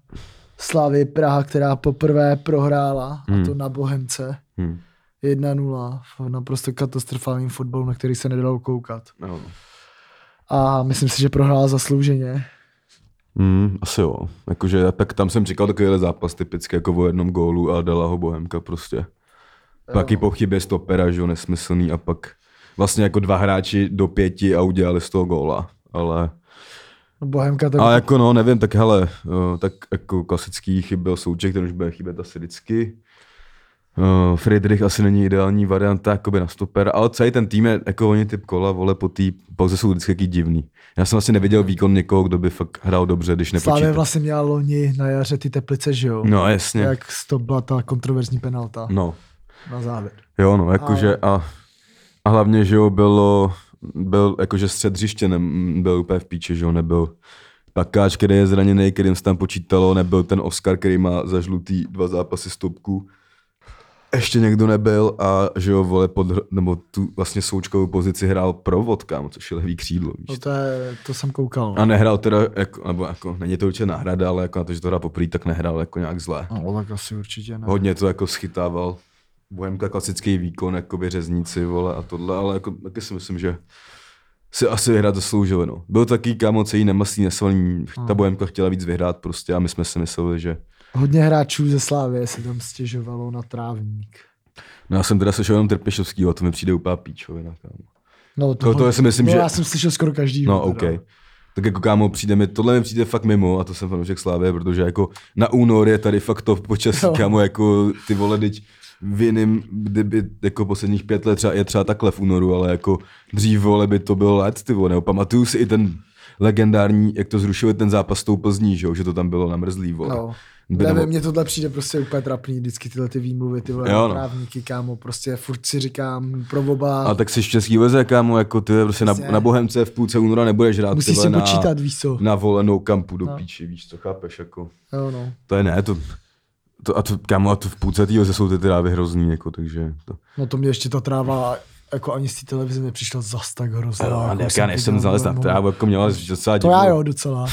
Speaker 1: Slávy Praha, která poprvé prohrála, hmm. a to na Bohemce.
Speaker 2: Hm.
Speaker 1: 1-0 v naprosto katastrofálním fotbalu, na který se nedalo koukat.
Speaker 2: Jo, no.
Speaker 1: A myslím si, že prohrála zaslouženě.
Speaker 2: Hmm, asi jo. Jakože, tak tam jsem čekal takovýhle zápas typicky jako o jednom gólu a dala ho Bohemka prostě. Pak i po chybě stopera, že jo, nesmyslný a pak vlastně jako dva hráči do pěti a udělali z toho góla. Ale,
Speaker 1: Bohemka tak
Speaker 2: ale jako no, nevím, tak hele, eh, tak jako klasický chybil souček, ten už bude chybět asi vždycky. Eh, Friedrich asi není ideální varianta jakoby na stoper, ale celý ten tým je, jako oni typ kola, vole, po té pauze jsou vždycky jaký divný. Já jsem asi neviděl výkon někoho, kdo by fakt hrál dobře, když
Speaker 1: Slávě
Speaker 2: nepočítá.
Speaker 1: vlastně měla loni na jaře ty teplice, že jo?
Speaker 2: No jasně,
Speaker 1: Jak to byla ta kontroverzní penalta
Speaker 2: no.
Speaker 1: na závěr.
Speaker 2: Jo, no, jakože a, a hlavně, že jo, bylo, byl jakože střed hřiště, ne, byl úplně v píči, že jo, nebyl Takáč, který je zraněný, kterým se tam počítalo, nebyl ten Oscar, který má za žlutý dva zápasy stopku. Ještě někdo nebyl a že jo, vole, pod, hr- nebo tu vlastně součkovou pozici hrál provod, kámo, což je levý křídlo, víš.
Speaker 1: No to, je, to jsem koukal. no.
Speaker 2: A nehrál teda, jako, nebo jako, není to určitě náhrada, ale jako na to, že to hrál poprý, tak nehrál jako nějak zlé.
Speaker 1: No, tak asi určitě ne.
Speaker 2: Hodně to jako schytával. Bohemka klasický výkon, jakoby řezníci, vole, a tohle, ale jako, taky si myslím, že si asi vyhrát zasloužili, no. Byl taky kámo celý nemastný, nesvalný,
Speaker 1: Hmm.
Speaker 2: ta Bohemka chtěla víc vyhrát prostě a my jsme si mysleli, že...
Speaker 1: Hodně hráčů ze Slávě se tam stěžovalo na trávník.
Speaker 2: No já jsem teda slyšel jenom Trpišovskýho, a to mi přijde úplná píčovina, kámo.
Speaker 1: No,
Speaker 2: To, to si myslím,
Speaker 1: no,
Speaker 2: že...
Speaker 1: já jsem slyšel skoro každý.
Speaker 2: No, OK. Tak jako kámo, přijde mi, tohle mi přijde fakt mimo a to jsem fanoušek Slávě, protože jako na únor je tady fakt to počasí,
Speaker 1: Jo.
Speaker 2: kámo, jako ty vole, teď v jiným, kdyby jako posledních pět let třeba, je třeba takhle v únoru, ale jako dřív vole by to bylo let, ty vole, nebo pamatuju si i ten legendární, jak to zrušili ten zápas s tou Plzní, že, jo, že to tam bylo namrzlý, vole.
Speaker 1: No.
Speaker 2: By
Speaker 1: Nevím,
Speaker 2: nebo-
Speaker 1: mně tohle přijde prostě úplně trapný, vždycky tyhle ty výmluvy, ty vole
Speaker 2: Jo,
Speaker 1: jo,
Speaker 2: no.
Speaker 1: no. právníky, kámo, prostě furt si říkám pro oba,
Speaker 2: A tak si v Český lize, kámo, jako ty vole, prostě na,
Speaker 1: Přesně.
Speaker 2: na Bohemce v půlce února nebudeš hrát,
Speaker 1: musíš
Speaker 2: ty
Speaker 1: se
Speaker 2: vole,
Speaker 1: počítat, víš co.
Speaker 2: na, na volenou kampu do
Speaker 1: No.
Speaker 2: píči, víš co, chápeš, jako.
Speaker 1: Jo, no.
Speaker 2: To je ne, to, to a to, kámo, a to v půlce týho jsou ty trávy hrozný, jako, takže to.
Speaker 1: no to mě ještě ta tráva jako ani z té televize nepřišla zas tak hrozná.
Speaker 2: No,
Speaker 1: jako
Speaker 2: ale jak
Speaker 1: jsem
Speaker 2: já nejsem
Speaker 1: viděl,
Speaker 2: znalec na
Speaker 1: no.
Speaker 2: trávu, jako měla docela
Speaker 1: To
Speaker 2: divnou,
Speaker 1: já jo, docela.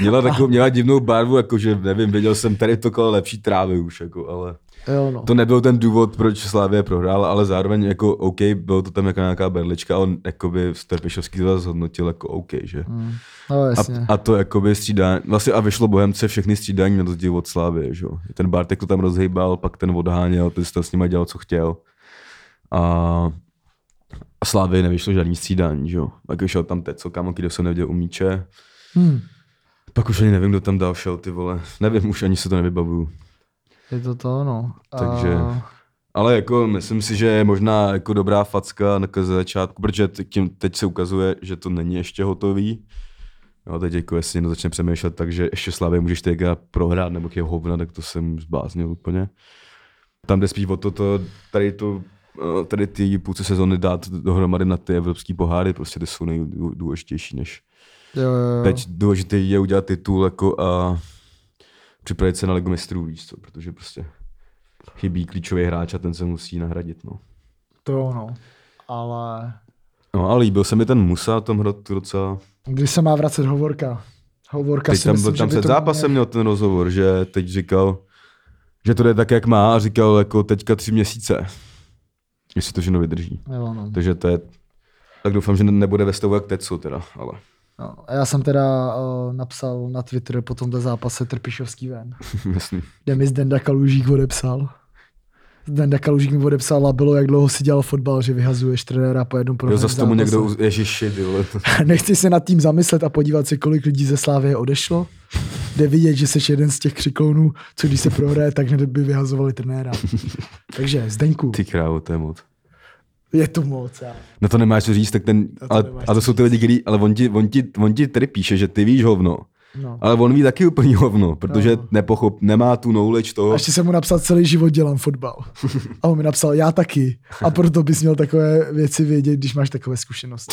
Speaker 2: měla, takovou, měla divnou barvu, jakože nevím, věděl jsem tady to kolo lepší trávy už, jako, ale
Speaker 1: jo, no.
Speaker 2: to nebyl ten důvod, proč Slávě prohrála, ale zároveň jako OK, bylo to tam jako nějaká berlička, on jakoby Strpišovský to zase hodnotil jako OK, že?
Speaker 1: Hm. No, jasně.
Speaker 2: A, a to jakoby střídání, vlastně a vyšlo Bohemce všechny střídání na rozdíl od Slávy, že jo. Ten Bartek to tam rozhýbal, pak ten odháněl, ten si tam s nima dělal, co chtěl. A, a Slávy nevyšlo žádný střídání, že jo. Pak vyšel tam Teco, kámo, kdo jsem neviděl u míče.
Speaker 1: Hm.
Speaker 2: Pak už ani nevím, kdo tam dál šel, ty vole. Nevím, už ani se to nevybavuju.
Speaker 1: Je to to, no.
Speaker 2: Takže-
Speaker 1: A...
Speaker 2: Ale jako myslím si, že je možná jako dobrá facka na ze začátku, protože t- tím teď se ukazuje, že to není ještě hotový. No a teď jako jestli někdo začne přemýšlet, takže ještě Slavě můžeš teďka prohrát nebo je hovna, tak to jsem zbláznil úplně. Tam jde spíš o to, to tady to eh, tady ty půlce sezóny dát dohromady na ty evropské poháry, prostě ty jsou nejdůležitější než
Speaker 1: Jo, jo, jo.
Speaker 2: Teď důležité je udělat titul jako a připravit se na Ligu mistrů, víš co, protože prostě chybí klíčový hráč a ten se musí nahradit, no.
Speaker 1: To jo, no. Ale
Speaker 2: No a líbil se mi ten Musa, tom hrotu docela.
Speaker 1: kdy se má vracet hovorka? Hovorka
Speaker 2: Teď
Speaker 1: si
Speaker 2: tam,
Speaker 1: myslím,
Speaker 2: byl, tam
Speaker 1: že by
Speaker 2: před
Speaker 1: to
Speaker 2: zápasem měl ten rozhovor, že teď říkal, že to jde tak, jak má a říkal jako teďka tři měsíce, jestli to ženo vydrží.
Speaker 1: Měl... Jo, no.
Speaker 2: Takže to je, tak doufám, že ne- nebude ve stavu jak Tetsu teda, ale.
Speaker 1: No, a já jsem teda uh, napsal na Twitter po tomto zápase Trpišovský ven.
Speaker 2: Jasný.
Speaker 1: Kde mi Zdenda Kalužík odepsal. Zdenda Kalužík mi odepsal a bylo, jak dlouho si dělal fotbal, že vyhazuješ trenéra po jednom
Speaker 2: Jo,
Speaker 1: prohrém
Speaker 2: zase tomu
Speaker 1: zápase.
Speaker 2: někdo, uz- ježiši, ty vole, to-
Speaker 1: Nechci se nad tím zamyslet a podívat se, kolik lidí ze Slávy odešlo. Jde vidět, že jsi jeden z těch křikounů, co když se prohraje, tak hned by vyhazovali trenéra. Takže Zdeňku,
Speaker 2: ty krávo, to je moc.
Speaker 1: je to moc. Já.
Speaker 2: Na to nemáš co říct, tak ten,
Speaker 1: Na to
Speaker 2: ale,
Speaker 1: nemáš
Speaker 2: a to
Speaker 1: co
Speaker 2: jsou ty lidi, který, ale on ti, on, ti, on ti tady píše, že ty víš hovno,
Speaker 1: No.
Speaker 2: ale on ví taky úplný hovno, protože
Speaker 1: No.
Speaker 2: nepochop, nemá tu knowledge
Speaker 1: A
Speaker 2: toho,
Speaker 1: ještě jsem mu napsal, celý život dělám fotbal. A on mi napsal, já taky. A proto bys měl takové věci vědět, když máš takové zkušenosti.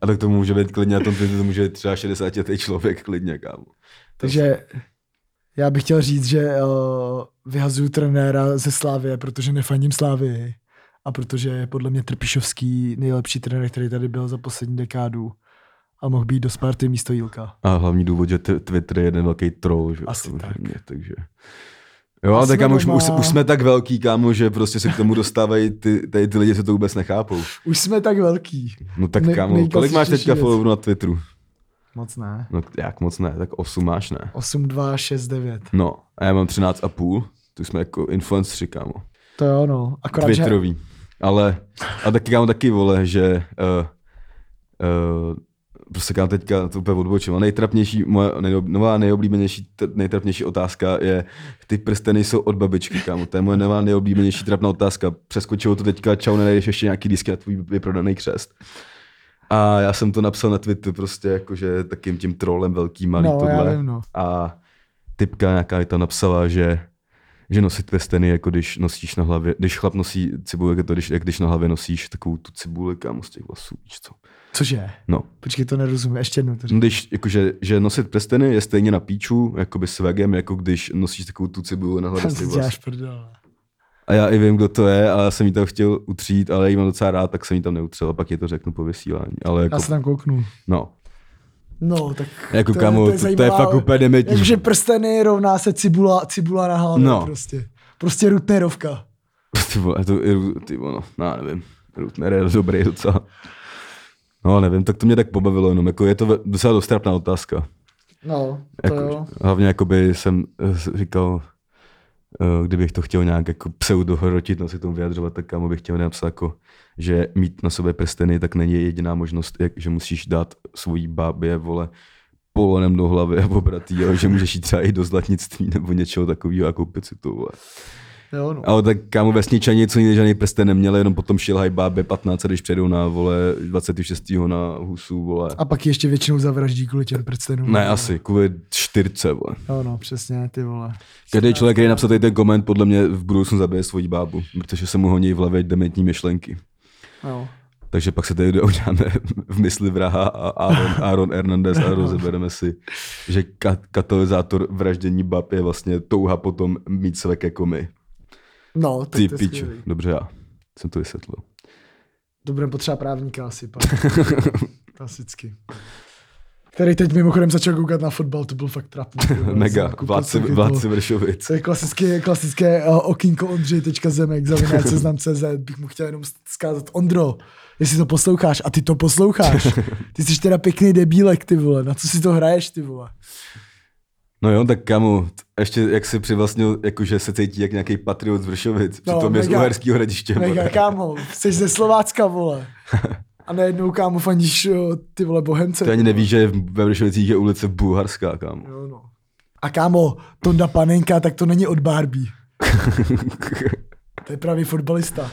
Speaker 2: a tak to může být klidně, a tom to může být třeba 60 letý člověk klidně, kámo.
Speaker 1: Takže já bych chtěl říct, že uh, vyhazuju trenéra ze Slávie, protože nefandím Slávii a protože je podle mě Trpišovský nejlepší trenér, který tady byl za poslední dekádu a mohl být do Sparty místo Jílka.
Speaker 2: A hlavní důvod, že t- Twitter je jeden velký troll, že jo,
Speaker 1: Asi tak.
Speaker 2: samozřejmě, takže... Jo, ale
Speaker 1: Jsme
Speaker 2: tak kámo, už,
Speaker 1: doma.
Speaker 2: už, už, jsme tak velký, kámo, že prostě se k tomu dostávají ty, tady ty lidi, co to vůbec nechápou.
Speaker 1: Už jsme tak velký.
Speaker 2: No tak
Speaker 1: Ne-
Speaker 2: kámo, kolik máš
Speaker 1: nejklasičtější
Speaker 2: teďka
Speaker 1: věc.
Speaker 2: followerů na Twitteru?
Speaker 1: Moc ne.
Speaker 2: No jak moc ne, tak 8 máš, ne?
Speaker 1: 8, 2, 6, 9.
Speaker 2: No, a já mám 13 a půl, tu jsme jako influenceři, kámo.
Speaker 1: To je ono. Akorát, že...
Speaker 2: Twitterový. Ale, a taky kámo taky, vole, že uh, uh, prostě kámo teďka to úplně odbočím, ale nejtrapnější, moje nejob, nová nejoblíbenější, t- nejtrapnější otázka je, ty prsteny jsou od babičky, kámo, to je moje nová nejoblíbenější trapná otázka. Přeskočilo to teďka, čau, nenajdeš ještě nějaký disky na tvůj vyprodaný křest. A já jsem to napsal na Twitter prostě jakože takým tím trolem velký, malý
Speaker 1: No,
Speaker 2: tohle
Speaker 1: já vím, no.
Speaker 2: a typka nějaká mi tam napsala, že že nosit pesteny, jako když nosíš na hlavě, když chlap nosí cibuli, jako to, když, jak když na hlavě nosíš takovou tu cibuli, kámo, z těch vlasů, víš co.
Speaker 1: Cože?
Speaker 2: No,
Speaker 1: Počkej, to nerozumím. Ještě jednou to řekni.
Speaker 2: No, když, jakože, že nosit prsteny je stejně na píču, jakoby svegem, jako když nosíš takovou tu cibuli na hlavě
Speaker 1: Tam
Speaker 2: z těch
Speaker 1: si
Speaker 2: vlasů.
Speaker 1: děláš prdel.
Speaker 2: A já i vím, kdo to je, ale já jsem ji tam chtěl utřít, ale já ji mám docela rád, tak jsem ji tam neutřel a pak je to řeknu po vysílání. Ale jako,
Speaker 1: Já se tam kouknu.
Speaker 2: no,
Speaker 1: No, tak
Speaker 2: Jako kámo, to- to je fakt úplně dementní.
Speaker 1: Jakože prsteny rovná se cibula, cibula na hlavě
Speaker 2: No.
Speaker 1: no. prostě. Prostě rutnerovka.
Speaker 2: Ty vole, to, je- ty vole, no, já nevím. Rutner je dobrý docela. No, nevím, tak to mě tak pobavilo jenom. Jako je to ve- docela dost trapná otázka.
Speaker 1: No, to
Speaker 2: Jako,
Speaker 1: jo.
Speaker 2: hlavně jakoby jsem eh, říkal, eh, kdybych to chtěl nějak jako pseudohrotit, no si tomu vyjadřovat, tak kámo bych chtěl napsat jako, že mít na sobě prsteny, tak není jediná možnost, jak, že musíš dát svojí bábě, vole, polonem do hlavy a obratý, jo, že můžeš jít třeba i do zlatnictví nebo něčeho takového a koupit si to, vole.
Speaker 1: jo no.
Speaker 2: Ale tak kámo vesničani, co jiný žádný prsten neměli, jenom potom šilhaj bábe 15, když přejdou na, vole, 26. na husu, vole.
Speaker 1: A pak ji ještě většinou zavraždí kvůli těm prstenům.
Speaker 2: Ne, asi, kvůli čtyřce, vole.
Speaker 1: Jo no, přesně, ty vole.
Speaker 2: Každý člověk, který napsal tady ten koment, podle mě v budoucnu zabije svoji bábu, protože se mu honí v hlavě dementní myšlenky.
Speaker 1: Jo.
Speaker 2: Takže pak se tady uděláme v mysli vraha a Aaron, Aaron Hernandez a rozebereme si, že ka- katalyzátor vraždění bab je vlastně touha potom mít svek jako my.
Speaker 1: No, tak
Speaker 2: Ty
Speaker 1: to je
Speaker 2: piču.
Speaker 1: skvělý.
Speaker 2: Dobře, já jsem to vysvětlil.
Speaker 1: To budeme potřeba právníka asi, pak. Klasicky. Který teď mimochodem začal koukat na fotbal, to byl fakt trapný. ty vole.
Speaker 2: Mega,
Speaker 1: Koupil
Speaker 2: vládci,
Speaker 1: jsem si to-
Speaker 2: vládci Vršovic.
Speaker 1: To je klasické, klasické uh, okýnko ondřej.zemek, zavináč seznam CZ, bych mu chtěl jenom zkázat. Ondro, jestli to posloucháš, a ty to posloucháš, ty jsi teda pěkný debílek, ty vole, na co si to hraješ, ty vole.
Speaker 2: No jo, tak kamu, t- ještě jak si přivlastnil, jakože se cítí jak nějaký patriot z Vršovic,
Speaker 1: No,
Speaker 2: přitom je z
Speaker 1: mega.
Speaker 2: Uherského hradiště.
Speaker 1: Mega
Speaker 2: vole.
Speaker 1: kámo, jsi ze Slovácka, vole. A najednou kámo fandíš uh, ty vole bohemce.
Speaker 2: Ty ani nevíš, že ve Vršovicích je ulice Bulharská, kámo.
Speaker 1: Jo, no. A kámo, Tonda Panenka, tak to není od Barbie. To je pravý fotbalista.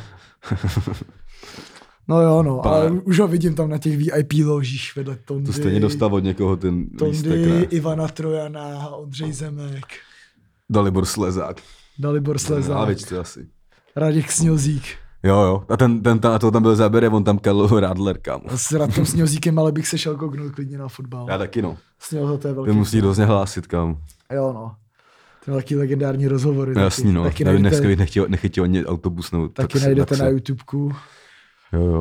Speaker 1: No jo, no,
Speaker 2: Pane.
Speaker 1: ale už ho vidím tam na těch VIP ložích vedle Tondy.
Speaker 2: to stejně dostal od někoho ten lístek,
Speaker 1: Tondy,
Speaker 2: ne?
Speaker 1: Ivana Trojana, Ondřej Zemek,
Speaker 2: Dalibor Slezák.
Speaker 1: Dalibor
Speaker 2: Ale
Speaker 1: Slezák,
Speaker 2: víš, to asi.
Speaker 1: Raděk Sňozík.
Speaker 2: Jo, jo. A ten, ten, ta, to tam byl zabere, on tam Karlo Radler, kámo.
Speaker 1: A S Radkem Sňozíkem, ale bych se šel kouknout klidně na fotbal.
Speaker 2: Já taky, no.
Speaker 1: Sňoza, to je
Speaker 2: Ty
Speaker 1: velký.
Speaker 2: musí hrozně hlásit, kámo.
Speaker 1: Jo, no. To je taky legendární rozhovory.
Speaker 2: No, jasný, no.
Speaker 1: Taky
Speaker 2: Nevím, dneska bych
Speaker 1: najdete,
Speaker 2: nechtěl, nechytil ani autobus, no. tak
Speaker 1: taky
Speaker 2: se-
Speaker 1: najdete
Speaker 2: tak se-
Speaker 1: na YouTubeku.
Speaker 2: Jo, jo.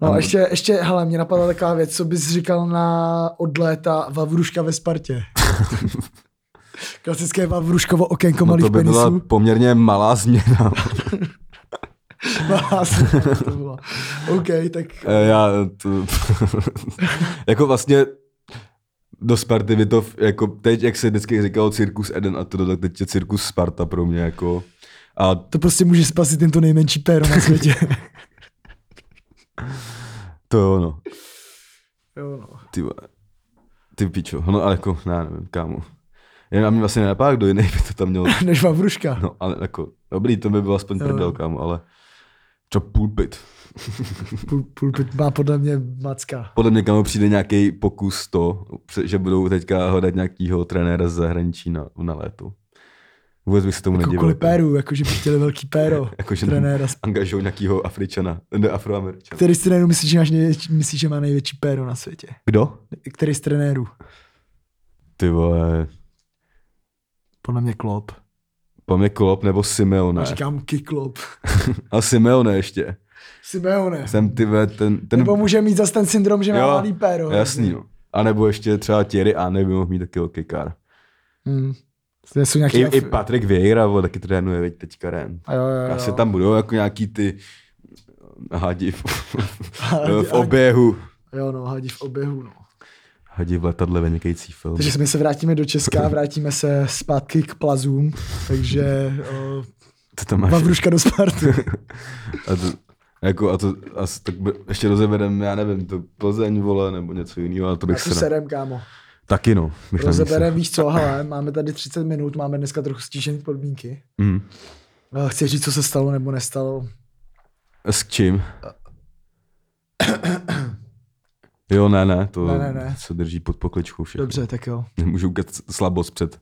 Speaker 1: No
Speaker 2: Ano.
Speaker 1: a ještě, ještě, hele, mě napadla taková věc, co bys říkal na odléta Vavruška ve Spartě. Klasické Vavruškovo okénko
Speaker 2: No,
Speaker 1: malých
Speaker 2: to by byla
Speaker 1: penisů.
Speaker 2: poměrně malá změna.
Speaker 1: Vás- to bylo. OK, tak
Speaker 2: Eh, Já to... jako vlastně do Sparty by to, v- jako teď, jak se vždycky říkalo Cirkus Eden a to, tak teď je Cirkus Sparta pro mě, jako. A
Speaker 1: to prostě může spasit tento nejmenší péro na světě.
Speaker 2: to jo, no.
Speaker 1: jo, no.
Speaker 2: Ty, vole. ty pičo. No ale jako, já nevím, kámo. Já mě vlastně nenapadá, kdo jiný by to tam měl.
Speaker 1: Než Vavruška. No.
Speaker 2: No, ale jako, dobrý, to by byl aspoň
Speaker 1: Jo.
Speaker 2: prdel, kámo, ale čo pulpit.
Speaker 1: Pulpit má podle mě macka. Jako
Speaker 2: Podle mě, kámo, přijde nějaký pokus to, pře- že budou teďka hledat nějakýho trenéra z zahraničí na, na léto. Vůbec bych se tomu
Speaker 1: Jako
Speaker 2: nedivil.
Speaker 1: kvůli
Speaker 2: kámo.
Speaker 1: péru, jakože by chtěli velký péro.
Speaker 2: Jakože
Speaker 1: trenéra. z-
Speaker 2: angažují nějakýho Afričana, ne Afroameričana.
Speaker 1: Který z trenérů myslíš, že, máš největší, myslíš, že má největší péro na světě?
Speaker 2: Kdo?
Speaker 1: Který z trenérů?
Speaker 2: Ty vole,
Speaker 1: Podle mě Klopp.
Speaker 2: po mě Klopp nebo Simeone.
Speaker 1: Já říkám Kiklop.
Speaker 2: A Simeone ještě.
Speaker 1: Simeone.
Speaker 2: Jsem ty ve, ten, ten...
Speaker 1: Ten... Nebo může mít zase ten syndrom, že má
Speaker 2: Jo,
Speaker 1: malý péro.
Speaker 2: Jasný, no. A nebo ještě třeba Thierry a by mohl mít taky velký kár.
Speaker 1: Hmm. To jsou nějaký...
Speaker 2: I, I Patrick Vieira, vole, taky trénuje, veď teďka Ren.
Speaker 1: A jo, jo, jo.
Speaker 2: Asi tam budou jako nějaký ty hadi v,
Speaker 1: Hadi-
Speaker 2: v oběhu.
Speaker 1: Jo, no, hadí v oběhu, no.
Speaker 2: Hadi v letadle, vynikající film.
Speaker 1: Takže my se vrátíme do Česka, vrátíme se zpátky k plazům, takže o,
Speaker 2: To tam máš.
Speaker 1: Vavruška do Spartu.
Speaker 2: A to, jako, a to, a s- tak by- ještě rozebereme, já nevím, to Plzeň, vole, nebo něco jiného, ale to
Speaker 1: Na
Speaker 2: bych
Speaker 1: tu
Speaker 2: se...
Speaker 1: serem, kámo.
Speaker 2: Taky no, bych tam
Speaker 1: Rozeberem, víš co, hele, máme tady 30 minut, máme dneska trochu stížený podmínky.
Speaker 2: Mm.
Speaker 1: Eh, Chceš říct, co se stalo nebo nestalo?
Speaker 2: S čím? Jo, ne, ne, to
Speaker 1: Ne, ne, ne.
Speaker 2: se drží pod pokličkou všechno.
Speaker 1: Dobře, tak jo.
Speaker 2: Nemůžu ukat slabost před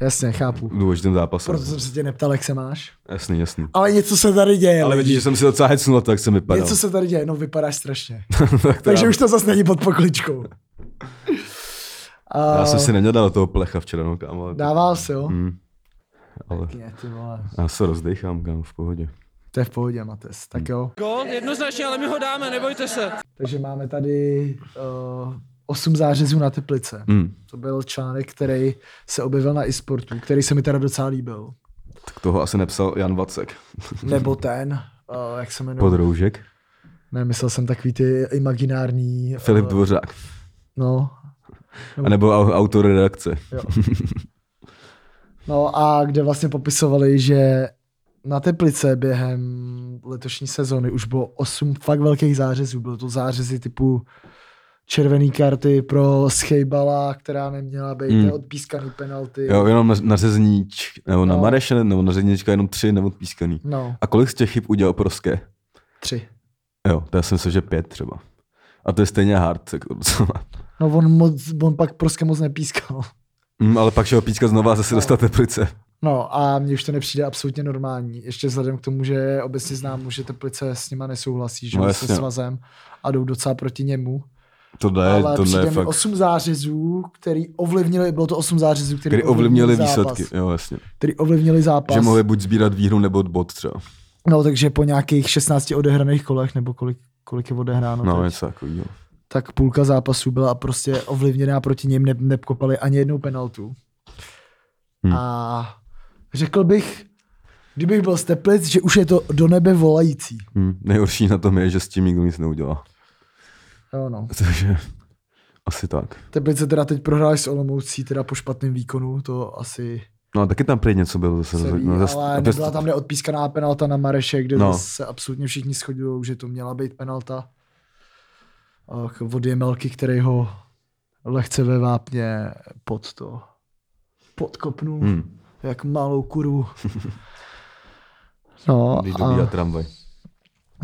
Speaker 1: Jasně, chápu.
Speaker 2: důležitým zápasem.
Speaker 1: Proto jsem se tě neptal, jak se máš.
Speaker 2: Jasný, jasný.
Speaker 1: Ale něco se tady děje.
Speaker 2: Ale
Speaker 1: lidi.
Speaker 2: vidíš, že jsem si docela hecnul, tak jsem vypadal.
Speaker 1: Něco se tady děje, no vypadáš strašně.
Speaker 2: tak to
Speaker 1: Takže
Speaker 2: já,
Speaker 1: už to zase není pod pokličkou. A
Speaker 2: já jsem si neměl dát toho plecha včera, no kámo. ale-
Speaker 1: Dával se, jo?
Speaker 2: Mm. Ale
Speaker 1: Pěkně, ty vole.
Speaker 2: já se rozdechám, kámo, v pohodě.
Speaker 1: To je v pohodě, Mates. Tak jo.
Speaker 4: Gol, jednoznačně, ale my ho dáme, nebojte se.
Speaker 1: Takže máme tady uh, 8 zářezů na teplice.
Speaker 2: Mm.
Speaker 1: To byl článek, který se objevil na eSportu, který se mi teda docela líbil.
Speaker 2: Tak toho asi nepsal Jan Vacek.
Speaker 1: Nebo ten, uh, jak se jmenuje?
Speaker 2: Podroužek.
Speaker 1: Ne, myslel jsem takový ty imaginární...
Speaker 2: Filip
Speaker 1: eh,
Speaker 2: Dvořák.
Speaker 1: No,
Speaker 2: A nebo au- autor redakce.
Speaker 1: Jo. No a kde vlastně popisovali, že na Teplice během letošní sezony už bylo osm fakt velkých zářezů. Bylo to zářezy typu červený karty pro Schejbala, která neměla být
Speaker 2: Mm.
Speaker 1: mm. odpískaný penalty.
Speaker 2: Jo, jenom na, na řezníč, nebo na
Speaker 1: No.
Speaker 2: Mareše, nebo na řeznička jenom tři neodpískaný.
Speaker 1: No,
Speaker 2: A kolik z těch chyb udělal Proské?
Speaker 1: tři.
Speaker 2: Jo, to já jsem se, že pět třeba. A to je stejně hard. tak docela.
Speaker 1: No on, moc, on pak prostě moc nepískal.
Speaker 2: Mm, ale pak šel píčka znova a zase
Speaker 1: No.
Speaker 2: dostat teplice.
Speaker 1: No a mně už to nepřijde absolutně normální. Ještě vzhledem k tomu, že obecně znám, že Teplice s nima nesouhlasí, že
Speaker 2: No
Speaker 1: no, se
Speaker 2: jasně.
Speaker 1: svazem a jdou docela proti němu.
Speaker 2: Tohle je,
Speaker 1: ale
Speaker 2: tohle
Speaker 1: přijde
Speaker 2: je
Speaker 1: mi
Speaker 2: fakt.
Speaker 1: 8 zářezů, který ovlivnili, bylo to 8 zářezů, který,
Speaker 2: Který ovlivnili výsledky.
Speaker 1: Zápas,
Speaker 2: Jo, jasně.
Speaker 1: který ovlivnili zápas.
Speaker 2: Že mohli buď sbírat výhru nebo bod třeba.
Speaker 1: No takže po nějakých 16 odehraných kolech, nebo kolik, kolik je odehráno,
Speaker 2: No,
Speaker 1: no, teď,
Speaker 2: něco takového.
Speaker 1: tak půlka zápasů byla prostě ovlivněná proti něm, ne, nepkopali ani jednou penaltu.
Speaker 2: Hmm.
Speaker 1: Hmm. A řekl bych, kdybych byl z Teplic, že už je to do nebe volající.
Speaker 2: Hm. Nejhorší na tom je, že s tím nikdo nic neudělá.
Speaker 1: Jo no.
Speaker 2: Takže asi tak.
Speaker 1: Teplice teda teď prohráli s Olomoucí, teda po špatném výkonu, to asi
Speaker 2: No a taky tam prý něco bylo zase.
Speaker 1: se
Speaker 2: rozhodně.
Speaker 1: ví,
Speaker 2: no,
Speaker 1: no,
Speaker 2: zas-
Speaker 1: ale
Speaker 2: a to je-
Speaker 1: nebyla tam neodpískaná penalta na Mareše, kde
Speaker 2: No.
Speaker 1: no. se absolutně všichni shodují, že to měla být penalta A k- od Jemelky, který ho lehce ve vápně pod to podkopnul, hmm.
Speaker 2: Hm.
Speaker 1: jak malou kurvu. No,
Speaker 2: Když
Speaker 1: a
Speaker 2: dobíhá tramvaj.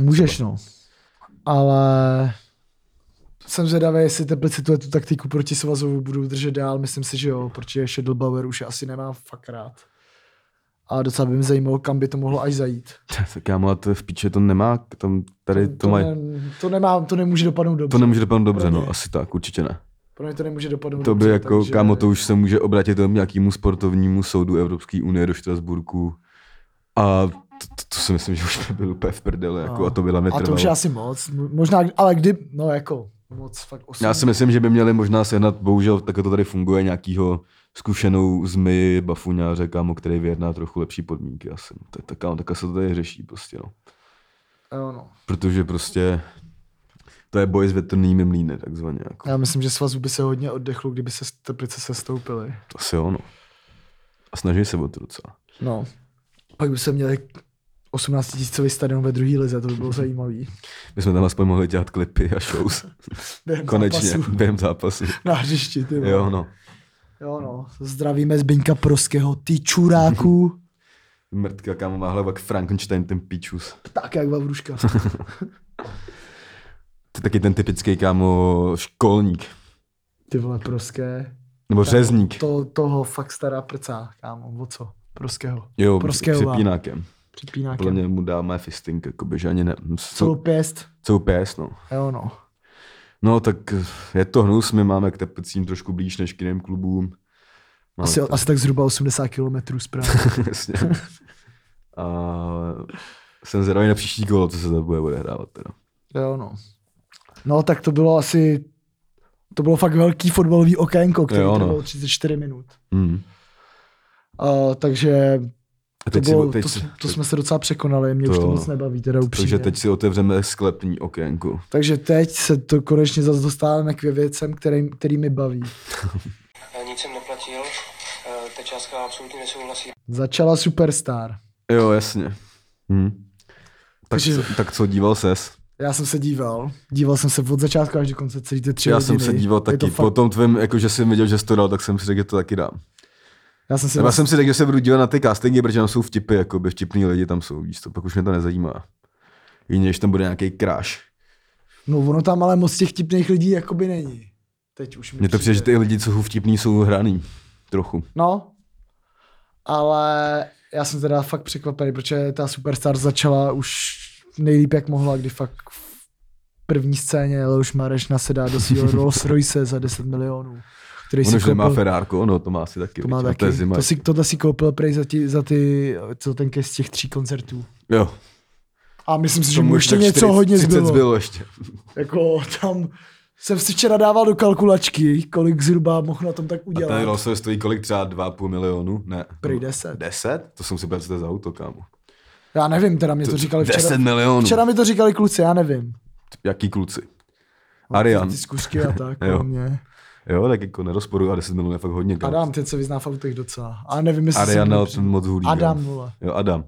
Speaker 1: můžeš no. Ale jsem zvědavý, jestli Teplice tuhle tu taktiku proti Svazovu budou držet dál. Myslím si, že jo, protože Schädelbauer už je asi nemá fakt rád. A docela by mě zajímalo, kam by to mohlo až zajít.
Speaker 2: Tak kámo, ale to je v píče, to nemá, tam, tady to, to, mají,
Speaker 1: ne, to, nemá, to nemůže dopadnout dobře.
Speaker 2: to nemůže dopadnout dobře,
Speaker 1: Pro
Speaker 2: no,
Speaker 1: mě.
Speaker 2: asi tak, určitě ne.
Speaker 1: Pro mě to nemůže dopadnout
Speaker 2: To by
Speaker 1: dobře.
Speaker 2: jako, takže... kámo, to už se může obrátit k nějakému sportovnímu soudu Evropské unie do Štrasburku a to, to, to si myslím, že už by byl úplně v prdele, jako,
Speaker 1: No.
Speaker 2: a to by hlavně
Speaker 1: A to už je
Speaker 2: trvalo.
Speaker 1: asi moc. Mo- Možná, ale kdy, no jako, moc fakt osm.
Speaker 2: Já si myslím, že by měli možná sehnat, bohužel tak to tady funguje, nějakýho zkušenou zmy, bafuňáře, kámo, který vyjedná trochu lepší podmínky asi. No, tak, tak, kámo, tak se to tady řeší prostě, no.
Speaker 1: Jo, no.
Speaker 2: Protože prostě to je boj s větrnými mlýny, takzvaně. Jako.
Speaker 1: Já myslím, že Svazů by se hodně oddechlo, kdyby se Teplice sestoupily.
Speaker 2: To asi ono. A snaží se o to docela.
Speaker 1: No. Pak by se měli 18 tisícový stadion ve druhé lize, to by bylo zajímavý.
Speaker 2: My jsme tam aspoň mohli dělat klipy a shows.
Speaker 1: Během
Speaker 2: Konečně,
Speaker 1: zápasu
Speaker 2: během zápasu.
Speaker 1: Na hřišti, ty vole.
Speaker 2: Jo, no.
Speaker 1: jo. no. Zdravíme Zbyňka Proského, ty čuráku.
Speaker 2: Mrtka, kámo, má hlava jak Frankenstein, ten pičus.
Speaker 1: tak jak Vavruška.
Speaker 2: To je taky ten typický, kámo, školník.
Speaker 1: Ty vole Proské.
Speaker 2: Nebo řezník.
Speaker 1: To, toho fakt stará prcá, kámo, o co? Proského.
Speaker 2: Jo,
Speaker 1: Proskehová.
Speaker 2: přepínákem.
Speaker 1: Připíná
Speaker 2: Podle mě mu dáme fisting, jakoby, jako že ani ne.
Speaker 1: Celou
Speaker 2: Jsou,
Speaker 1: pěst.
Speaker 2: jsou pés, no.
Speaker 1: Jo no.
Speaker 2: No, tak je to hnus, my máme k teplicím trošku blíž než k jiným klubům. Máme
Speaker 1: Asi,
Speaker 2: to-
Speaker 1: asi No, tak zhruba 80 km zprávy.
Speaker 2: Jasně. A jsem zvědavý na příští kolo, co se to bude odehrávat teda.
Speaker 1: jo no. No tak to bylo asi, to bylo fakt velký fotbalový okénko, který
Speaker 2: Jo, no.
Speaker 1: trvalo 34 minut.
Speaker 2: Mm.
Speaker 1: Uh, takže to,
Speaker 2: A teď si,
Speaker 1: bylo,
Speaker 2: teď,
Speaker 1: to,
Speaker 2: si-
Speaker 1: to jsme se docela překonali, mě to, už
Speaker 2: To
Speaker 1: to
Speaker 2: jo,
Speaker 1: moc
Speaker 2: no.
Speaker 1: nebaví, teda upřímně.
Speaker 2: takže teď si otevřeme sklepní okénko.
Speaker 1: takže teď se to konečně zase dostáváme k věcem, který, který mi baví.
Speaker 5: Eh, Nic jsem neplatil, eh, ta částka absolutně nesouhlasí.
Speaker 1: Začala Superstar.
Speaker 2: Jo, jasně. Mm. Tak,
Speaker 1: Takže-
Speaker 2: co, tak co, díval ses?
Speaker 1: Já jsem se díval. Díval jsem se od začátku až do konce celý ty tři
Speaker 2: Já
Speaker 1: hodiny.
Speaker 2: jsem se díval
Speaker 1: Je to
Speaker 2: taky.
Speaker 1: fakt-
Speaker 2: Potom tvým, jako že jsem viděl, že jsi to dal, tak jsem si řekl, že to taky dám.
Speaker 1: Já jsem se
Speaker 2: Nebo jsem si řekl, že se budu dívat na ty castingy, protože tam jsou vtipy, jako by vtipný lidi tam jsou, víš to, pak už mě to nezajímá. Jině, když tam bude nějaký kráš.
Speaker 1: No ono tam ale moc těch tipných lidí jakoby není. Teď už mi
Speaker 2: Mně to přijde, že ty lidi, co jsou vtipný, jsou hraný. Trochu.
Speaker 1: No, ale já jsem teda fakt překvapený, protože ta Superstar začala už nejlíp, jak mohla, kdy fakt v první scéně Leoš Mareš nasedá do svého Rolls Royce za 10 milionů, který
Speaker 2: On
Speaker 1: si
Speaker 2: už nemá
Speaker 1: koupil,
Speaker 2: Ferrárko, ono to má asi taky.
Speaker 1: to má
Speaker 2: viď, a To je
Speaker 1: taky,
Speaker 2: zima.
Speaker 1: to si, tohle si koupil prej za, ti, za ty, co ten z těch tří koncertů.
Speaker 2: Jo,
Speaker 1: A myslím si, že
Speaker 2: tomu
Speaker 1: mu
Speaker 2: už
Speaker 1: ještě
Speaker 2: tak
Speaker 1: něco
Speaker 2: 40
Speaker 1: hodně zbylo.
Speaker 2: zbylo ještě.
Speaker 1: Jako tam jsem si včera dával do kalkulačky, kolik zhruba mohl na tom tak
Speaker 2: A ten
Speaker 1: udělat.
Speaker 2: Rolls Royce stojí kolik třeba 2,5 milionu? Ne.
Speaker 1: Prý 10.
Speaker 2: 10? To jsem si bral, co to je za auto, kámo.
Speaker 1: Já nevím, teda mě to říkali včera.
Speaker 2: 10 milionů.
Speaker 1: Včera mi to říkali kluci, já nevím.
Speaker 2: jaký kluci. Arian.
Speaker 1: Ty zkusky a tak,
Speaker 2: Jo.
Speaker 1: jo. mě.
Speaker 2: Jo, tak jako nerozporuju a 10 milionů je fakt hodně. kámo.
Speaker 1: Adam, ten se vyzná v autech docela. A nevím, jestli
Speaker 2: Arian
Speaker 1: jsem
Speaker 2: dal
Speaker 1: dobře-
Speaker 2: ten moc hudí.
Speaker 1: Adam, vole. Hmm.
Speaker 2: Jo, Adam.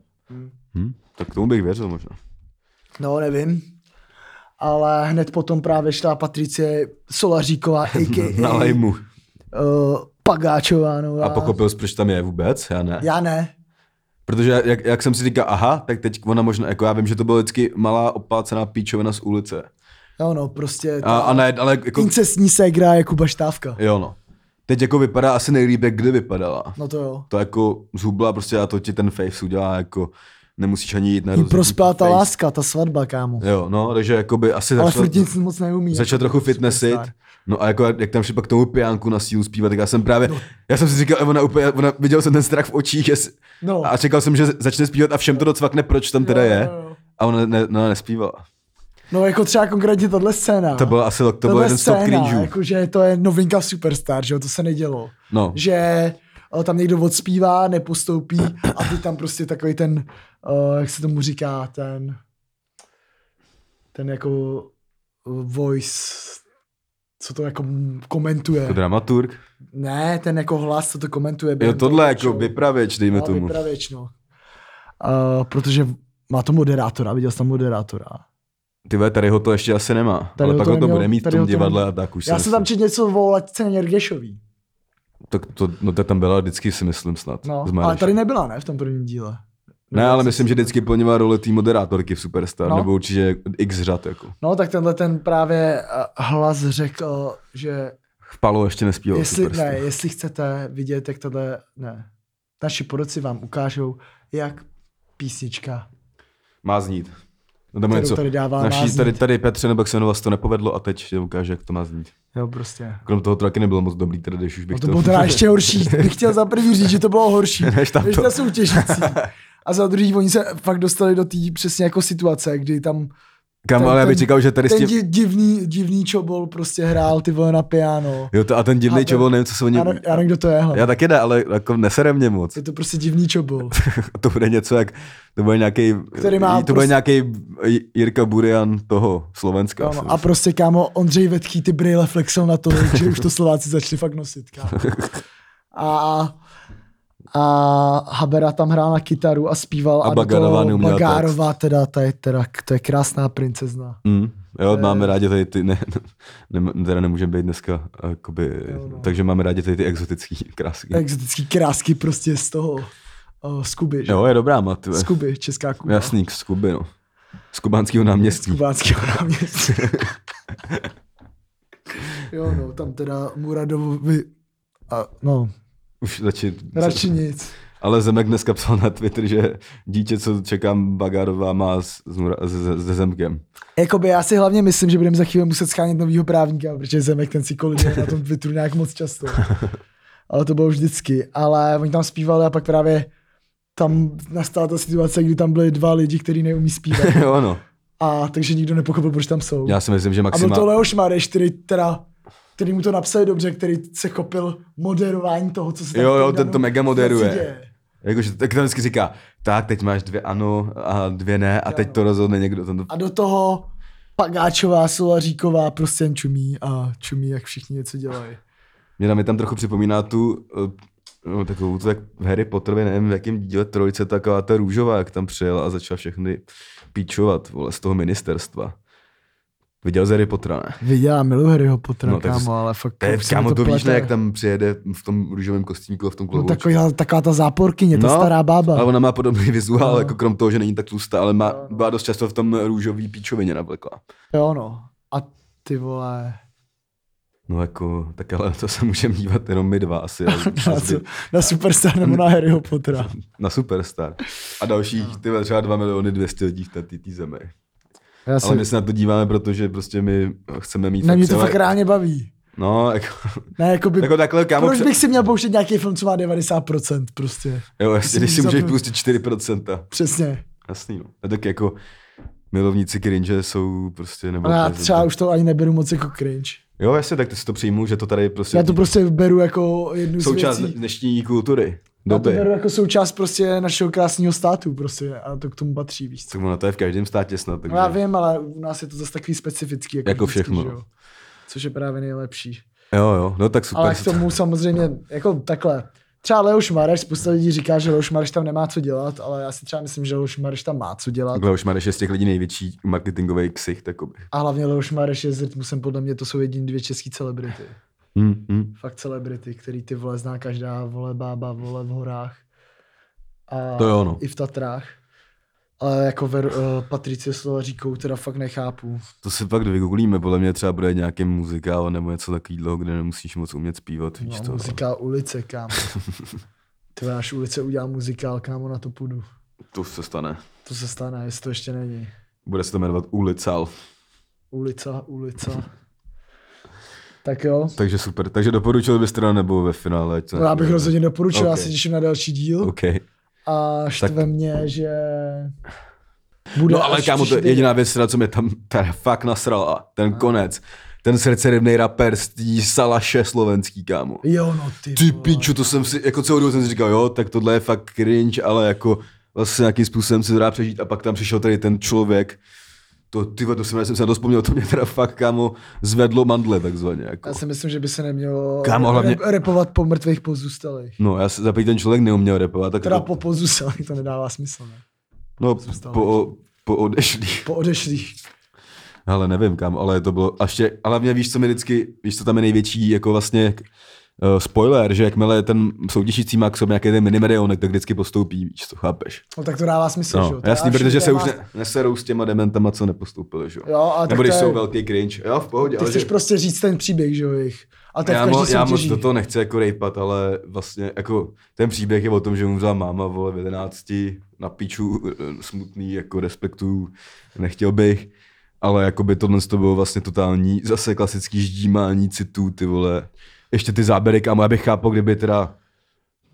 Speaker 2: Hm? Tak tomu bych věřil možná.
Speaker 1: No, nevím. Ale hned potom právě šla Patricie Solaříková, a.k.a.
Speaker 2: Nalej mu.
Speaker 1: uh, Pagáčová. No,
Speaker 2: A pochopil jsi, proč tam je vůbec? Já ne.
Speaker 1: Já ne.
Speaker 2: Protože jak, jak, jsem si říkal, aha, tak teď ona možná, jako já vím, že to byla vždycky malá opácená píčovina z ulice.
Speaker 1: Jo, no, prostě ta
Speaker 2: A, a ne, ale jako,
Speaker 1: incestní ségra je Kuba Štávka.
Speaker 2: jo no. Teď jako vypadá asi nejlíp, jak kdy vypadala.
Speaker 1: No to jo.
Speaker 2: To jako zhubla prostě a to ti ten face udělá jako, nemusíš ani jít na
Speaker 1: Jí
Speaker 2: rozhodnutí
Speaker 1: prospěla ta
Speaker 2: face.
Speaker 1: láska, ta svatba, kámo.
Speaker 2: Jo, no, takže jakoby asi
Speaker 1: Ale
Speaker 2: začala,
Speaker 1: furt nic moc neumí.
Speaker 2: začala trochu fitnessit.
Speaker 1: Superstar.
Speaker 2: No a jako jak- jak tam šli pak k tomu pijánku na sílu zpívat, tak já jsem právě, no. já jsem si říkal, ona úplně, ona, viděl jsem ten strach v očích jes,
Speaker 1: No.
Speaker 2: a čekal jsem, že začne zpívat a všem to docvakne, proč tam teda
Speaker 1: Jo, jo,
Speaker 2: je.
Speaker 1: jo.
Speaker 2: A ona ne, ne, nespívala.
Speaker 1: No jako třeba konkrétně tahle scéna.
Speaker 2: To byl asi, to byl
Speaker 1: Tahle
Speaker 2: jeden z top cringeů.
Speaker 1: jakože to je novinka v Superstar, že jo, to se nedělo.
Speaker 2: No.
Speaker 1: Že o, tam někdo odspívá, nepostoupí a ty tam prostě takový ten, uh, jak se tomu říká, ten, ten jako eh, voice, co to jako m- komentuje.
Speaker 2: Jako dramaturg.
Speaker 1: Ne, ten jako hlas, co to komentuje.
Speaker 2: Jo,
Speaker 1: během
Speaker 2: tohle
Speaker 1: toho
Speaker 2: jako
Speaker 1: show.
Speaker 2: vypravěč, dejme
Speaker 1: No,
Speaker 2: tomu.
Speaker 1: Vypravěč, no. Uh, protože má to moderátora, viděl jsem tam moderátora.
Speaker 2: Ty ve, tady ho to ještě asi nemá.
Speaker 1: Tady
Speaker 2: ale
Speaker 1: ho
Speaker 2: pak
Speaker 1: to
Speaker 2: ho to
Speaker 1: neměl,
Speaker 2: bude mít v
Speaker 1: tady
Speaker 2: tom
Speaker 1: ho to
Speaker 2: divadle
Speaker 1: neměl.
Speaker 2: a tak už
Speaker 1: Já jsem tam
Speaker 2: nesl-
Speaker 1: četl něco o Latce Nergešový.
Speaker 2: Tak to, no to tam byla vždycky si myslím snad.
Speaker 1: No,
Speaker 2: z
Speaker 1: ale
Speaker 2: Mareše.
Speaker 1: tady nebyla, ne, v tom prvním díle.
Speaker 2: Ne, ale myslím, že vždycky plnila roli té moderátorky v Superstar, no.
Speaker 1: No.
Speaker 2: nebo určitě x řad jako.
Speaker 1: No, tak tenhle ten právě eh, hlas řekl, že
Speaker 2: Palo ještě nespíval
Speaker 1: jestli,
Speaker 2: Superstar.
Speaker 1: ne, jestli chcete vidět, jak tohle, ne, naši poroci vám ukážou, jak písnička.
Speaker 2: Má znít. No tam je
Speaker 1: Kterou
Speaker 2: něco.
Speaker 1: tady dává, má
Speaker 2: Naší, tady,
Speaker 1: znít.
Speaker 2: tady Petře nebo Xenovas to nepovedlo a teď tě ukáže, jak to má znít.
Speaker 1: Jo, prostě.
Speaker 2: Krom toho to taky nebylo moc dobrý, teda když už bych
Speaker 1: No to bylo teda ještě horší. Bych chtěl za první říct, že to bylo horší.
Speaker 2: Než tamto.
Speaker 1: Než ta soutěžící. A za druhý, oni se fakt dostali do té přesně jako situace, kdy tam
Speaker 2: Kam,
Speaker 1: ten-
Speaker 2: ale já bych
Speaker 1: ten-
Speaker 2: čekal, že tady s
Speaker 1: ten
Speaker 2: tím...
Speaker 1: di- divný, divný čobol prostě hrál ty vole na piano.
Speaker 2: Jo, to, a ten
Speaker 1: A
Speaker 2: divný
Speaker 1: ten-
Speaker 2: čovol, nevím, co se o
Speaker 1: Já,
Speaker 2: něm...
Speaker 1: ne- já nevím, kdo to je, hele.
Speaker 2: Já taky ne, ale jako nesere mě moc.
Speaker 1: Je to prostě divný čobol.
Speaker 2: To bude něco jak... To bude nějaký...
Speaker 1: Který má
Speaker 2: To bude
Speaker 1: prostě-
Speaker 2: nějaký Jirka Burian toho Slovenska. si
Speaker 1: Kámo, a
Speaker 2: myslím.
Speaker 1: prostě, kámo, Ondřej Vetký ty brýle flexil na to, že už to Slováci začali fakt nosit, kámo. A, a Habera tam hrál na kytaru a zpíval.
Speaker 2: A
Speaker 1: do
Speaker 2: Bagarová
Speaker 1: toho
Speaker 2: neuměla text.
Speaker 1: Bagárová teda, ta je teda, to je krásná princezna.
Speaker 2: Mm, jo,
Speaker 1: To je-
Speaker 2: máme rádi tady ty, ne, ne, teda nemůžeme být dneska, jakoby,
Speaker 1: Jo, no.
Speaker 2: takže máme rádi tady ty exotické krásky.
Speaker 1: Exotický krásky prostě z toho, uh, z Kuby, že?
Speaker 2: Jo, je dobrá, Mat,
Speaker 1: Z Kuby, česká Kuba.
Speaker 2: Jasný, z Kuby, no. Z kubánského
Speaker 1: Z
Speaker 2: náměstí.
Speaker 1: kubánského náměstí. jo, no, tam teda Muradovi, a, no,
Speaker 2: Už začít.
Speaker 1: radši nic.
Speaker 2: Ale Zemek dneska psal na Twitter, že dítě, co čekám Bagárová, má s, s, Nura- se- se Zemkem.
Speaker 1: Jakoby já si hlavně myslím, že budeme za chvíli muset schánit novýho právníka, protože Zemek ten si koliduje na tom Twitteru nějak moc často. Ale to bylo už vždycky. Ale oni tam zpívali a pak právě tam nastala ta situace, kdy tam byli dva lidi, kteří neumí zpívat.
Speaker 2: jo, no.
Speaker 1: A takže nikdo nepochopil, proč tam jsou.
Speaker 2: Já si myslím, že
Speaker 1: a byl
Speaker 2: Maxima...
Speaker 1: to Leoš Mareš, který teda který mu to napsal dobře, který se chopil moderování toho, co se tam
Speaker 2: Jo,
Speaker 1: v té
Speaker 2: jo, ten
Speaker 1: danou
Speaker 2: to mega moderuje.
Speaker 1: věci děje.
Speaker 2: Jakože, tak tam vždycky říká, tak teď máš dvě ano a dvě ne a teď to rozhodne někdo. Ten to...
Speaker 1: A do toho Pagáčová, Solaříková prostě jen čumí a čumí, jak všichni něco dělají.
Speaker 2: Mě tam, mě tam trochu připomíná tu eh, no, takovou tu, jak v Harry Potterovi, nevím, v jakém díle trojice, taková ta růžová, jak tam přijela a začala všechny píčovat, vole, z toho ministerstva. Viděl z Harry Pottera, ne?
Speaker 1: Viděla, miluji Harryho Pottera,
Speaker 2: No,
Speaker 1: no,
Speaker 2: tak
Speaker 1: kámo,
Speaker 2: to-
Speaker 1: ale fakt...
Speaker 2: To je,
Speaker 1: se mi
Speaker 2: kámo, to víš,
Speaker 1: plete.
Speaker 2: ne, jak tam přijede v tom růžovém kostýmku a v tom
Speaker 1: No,
Speaker 2: kloboučku.
Speaker 1: taková, taková ta záporkyně, ta
Speaker 2: No,
Speaker 1: stará bába.
Speaker 2: Ale ona má podobný vizuál,
Speaker 1: No.
Speaker 2: jako krom toho, že není tak tlustá, ale má, byla dost často v tom růžový píčovině navleklá.
Speaker 1: Jo, no. A ty vole...
Speaker 2: No jako, tak ale to se můžeme dívat jenom my dva asi. ale-
Speaker 1: Na, co, na Superstar nebo na Harryho Pottera.
Speaker 2: na Superstar. A
Speaker 1: No.
Speaker 2: dalších, ty vole, třeba 2 miliony 200 lidí v té- té té zemi.
Speaker 1: Já
Speaker 2: Ale
Speaker 1: si,
Speaker 2: my se na to díváme, protože prostě my chceme mít...
Speaker 1: na mě to
Speaker 2: celé-
Speaker 1: fakt reálně baví.
Speaker 2: No, jako,
Speaker 1: Ne, jako by...
Speaker 2: jako takhle, kámo,
Speaker 1: proč
Speaker 2: pře-
Speaker 1: bych si měl pouštět nějaký film, co má 90% prostě.
Speaker 2: Jo, jasně, když si
Speaker 1: Musím
Speaker 2: můžeš
Speaker 1: zapnout.
Speaker 2: pustit 4%.
Speaker 1: Přesně.
Speaker 2: Jasný, no. A tak jako milovníci cringe jsou prostě... Nebo
Speaker 1: Ale já třeba už to ani neberu moc jako cringe.
Speaker 2: Jo, jasně, tak ty si to přijmu, že to tady prostě...
Speaker 1: Já to prostě beru jako jednu z
Speaker 2: součást
Speaker 1: věcí.
Speaker 2: dnešní kultury.
Speaker 1: Já to
Speaker 2: doby.
Speaker 1: beru jako součást prostě našeho krásného státu prostě a to k tomu patří, víš co.
Speaker 2: Tak ono to je v každém státě snad, takže...
Speaker 1: No já vím, ale u nás je to zase takový specifický. Jako,
Speaker 2: Jako
Speaker 1: vždycky,
Speaker 2: všechno.
Speaker 1: že jo. Což je právě nejlepší.
Speaker 2: Jo, jo, no tak super.
Speaker 1: Ale k tomu samozřejmě, jako takhle. Třeba Leoš Mareš, spousta lidí říká, že Leoš Mareš tam nemá co dělat, ale já si třeba myslím, že Leoš Mareš tam má co dělat.
Speaker 2: Takhle už Mareš je z těch lidí největší marketingový ksicht, takoby.
Speaker 1: A hlavně Leoš Mareš je s rytmusem, podle mě to jsou jediný dvě české celebrity.
Speaker 2: Hmm, hmm.
Speaker 1: Fakt celebrity, který ty vole zná každá, vole bába, vole v horách. A
Speaker 2: To jo, no.
Speaker 1: I v Tatrách. Ale jako ver, uh, Patricie Slovaříkou teda fakt nechápu.
Speaker 2: To si pak vygooglíme, podle mě třeba bude nějaký muzikál nebo něco takového, kde nemusíš moc umět zpívat, víš
Speaker 1: No,
Speaker 2: to.
Speaker 1: muzikál ulice, kámo. Ty vole, až ulice udělá muzikál, kámo, na to půjdu.
Speaker 2: To už se stane.
Speaker 1: To se stane, jestli to ještě není.
Speaker 2: Bude se to jmenovat Ulical.
Speaker 1: Ulica, ulica. Tak jo.
Speaker 2: Takže super. Takže doporučil bys teda nebo ve finále? Ať to
Speaker 1: No, já bych
Speaker 2: necháme.
Speaker 1: rozhodně doporučil, já
Speaker 2: Ok.
Speaker 1: se těším na další díl
Speaker 2: OK.
Speaker 1: a štve
Speaker 2: Tak-
Speaker 1: mě, že bude
Speaker 2: No ale
Speaker 1: až
Speaker 2: kámo, to je
Speaker 1: příští No.
Speaker 2: jediná věc, teda, co mě tam teda fakt nasral a ten konec. Ten srdcerivný rapper z tý Salaše slovenský, kámo.
Speaker 1: týden. Jo, no ty.
Speaker 2: Ty
Speaker 1: vole.
Speaker 2: piču, to jsem si, jako celou dobu jsem si říkal, jo, tak tohle je fakt cringe, ale jako vlastně nějakým způsobem se to dá přežít a pak tam přišel tady ten člověk, to, ty vole, to jsem, já jsem se na to vzpomněl, to mě teda fakt, kámo, zvedlo mandle takzvaně, jako.
Speaker 1: Já si myslím, že by se nemělo
Speaker 2: Kámo, hlavně-
Speaker 1: rep- repovat po mrtvých pozůstalých.
Speaker 2: No, já se zapět ten člověk neuměl repovat, tak
Speaker 1: Teda
Speaker 2: jako,
Speaker 1: po pozůstalých, to nedává smysl, ne?
Speaker 2: no,
Speaker 1: zůstalo.
Speaker 2: po, po odešlých.
Speaker 1: Po odešlých.
Speaker 2: Ale nevím, kam, ale to bylo a ještě, ale mě víš, co mi vždycky, víš, co tam je největší, jako vlastně uh, spoiler, že jakmile ten soutěžící má k sobě nějaký ten minimedeonek, tak vždycky postoupí, víš, to chápeš.
Speaker 1: No tak to dává smysl, že
Speaker 2: No,
Speaker 1: jo? To je
Speaker 2: jasný,
Speaker 1: až
Speaker 2: protože se už
Speaker 1: téma-
Speaker 2: ne, neserou s těma dementama, co nepostoupili, že jo.
Speaker 1: Jo, a tak
Speaker 2: Nebo
Speaker 1: to
Speaker 2: když
Speaker 1: je...
Speaker 2: jsou velký cringe. Jo, v pohodě,
Speaker 1: Ty
Speaker 2: ale
Speaker 1: chceš
Speaker 2: že...
Speaker 1: prostě říct ten příběh, že jo, jejich. A to je v
Speaker 2: Já, mo,
Speaker 1: každý
Speaker 2: já moc
Speaker 1: soutěží.
Speaker 2: do toho nechci jako rejpat, ale vlastně jako ten příběh je o tom, že mu vzala máma vole v 11 na piču, eh, smutný, jako respektu, nechtěl bych, ale jako by tohle to bylo vlastně totální, zase klasický ždímání citů, ty vole. Ještě ty záběry, kámo, já bych chápal, kdyby teda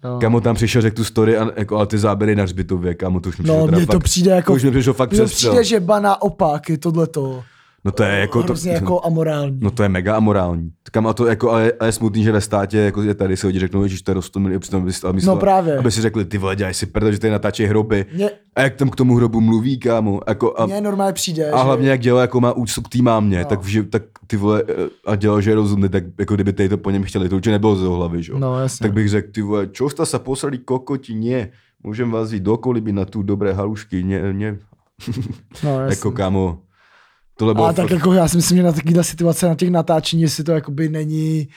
Speaker 1: Jo.
Speaker 2: Kámo tam přišel, řekl tu story, a, jako, ale ty záběry na hřbitově, kámo, to už mi
Speaker 1: No,
Speaker 2: přišlo teda
Speaker 1: mně to
Speaker 2: fakt-
Speaker 1: přijde jako-
Speaker 2: To už mi přišlo fakt
Speaker 1: Mně
Speaker 2: přes
Speaker 1: přijde, že baná opak je tohleto.
Speaker 2: No to je jako... To,
Speaker 1: Hrozně jako amorální.
Speaker 2: No to je mega amorální. Kam a to jako, ale, ale je smutný, že ve státě jako je tady si lidi řeknou, že to je rostomilý, přitom aby si, aby, si-
Speaker 1: No právě.
Speaker 2: aby si řekli, ty vole, dělaj si prdel, že tady natáčí hroby.
Speaker 1: Mně-
Speaker 2: A jak tam k tomu hrobu mluví, kámo. Jako, a,
Speaker 1: Mně normálně přijde,
Speaker 2: a hlavně
Speaker 1: že...
Speaker 2: jak dělá, jako má úctu k té mámě, no. tak, že, tak ty vole, eh, a dělal, že je rozumný, tak jako kdyby tady to po něm chtěli, to určitě nebylo z jeho hlavy, že jo.
Speaker 1: No, jasně.
Speaker 2: Tak bych řekl, ty vole, čo jste se posrali kokoti, ne, můžem vás jít dokoliby na tu dobré halušky, ne, ne.
Speaker 1: No, jasně.
Speaker 2: jako kámo, tohle bylo
Speaker 1: Ale tak
Speaker 2: fakt-
Speaker 1: jako já si myslím, že na takovýhle situace, na těch natáčení, jestli to jakoby není,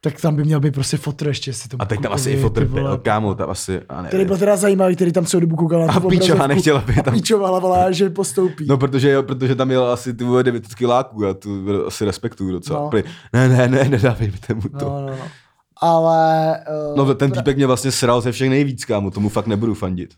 Speaker 1: tak tam by měl být prostě fotr ještě, jestli to
Speaker 2: A teď tam
Speaker 1: klukovi,
Speaker 2: asi i
Speaker 1: ty
Speaker 2: fotr
Speaker 1: vole.
Speaker 2: byl, kámo, tam asi, a nevím.
Speaker 1: Který byl teda zajímavý, který tam celou dobu koukal na
Speaker 2: A
Speaker 1: tu obrazovku.
Speaker 2: píčová nechtěla by
Speaker 1: A
Speaker 2: tam.
Speaker 1: píčová hlavala, že postoupí.
Speaker 2: No, protože, jo, protože tam jel asi ty vole 9 kiláků a tu asi respektuju docela.
Speaker 1: No.
Speaker 2: No. Ne, ne, ne, nedávejte mu to.
Speaker 1: no,
Speaker 2: No,
Speaker 1: no, no. Ale uh,
Speaker 2: no ten týpek mě vlastně sral ze všech nejvíc, kámo, tomu fakt nebudu fandit.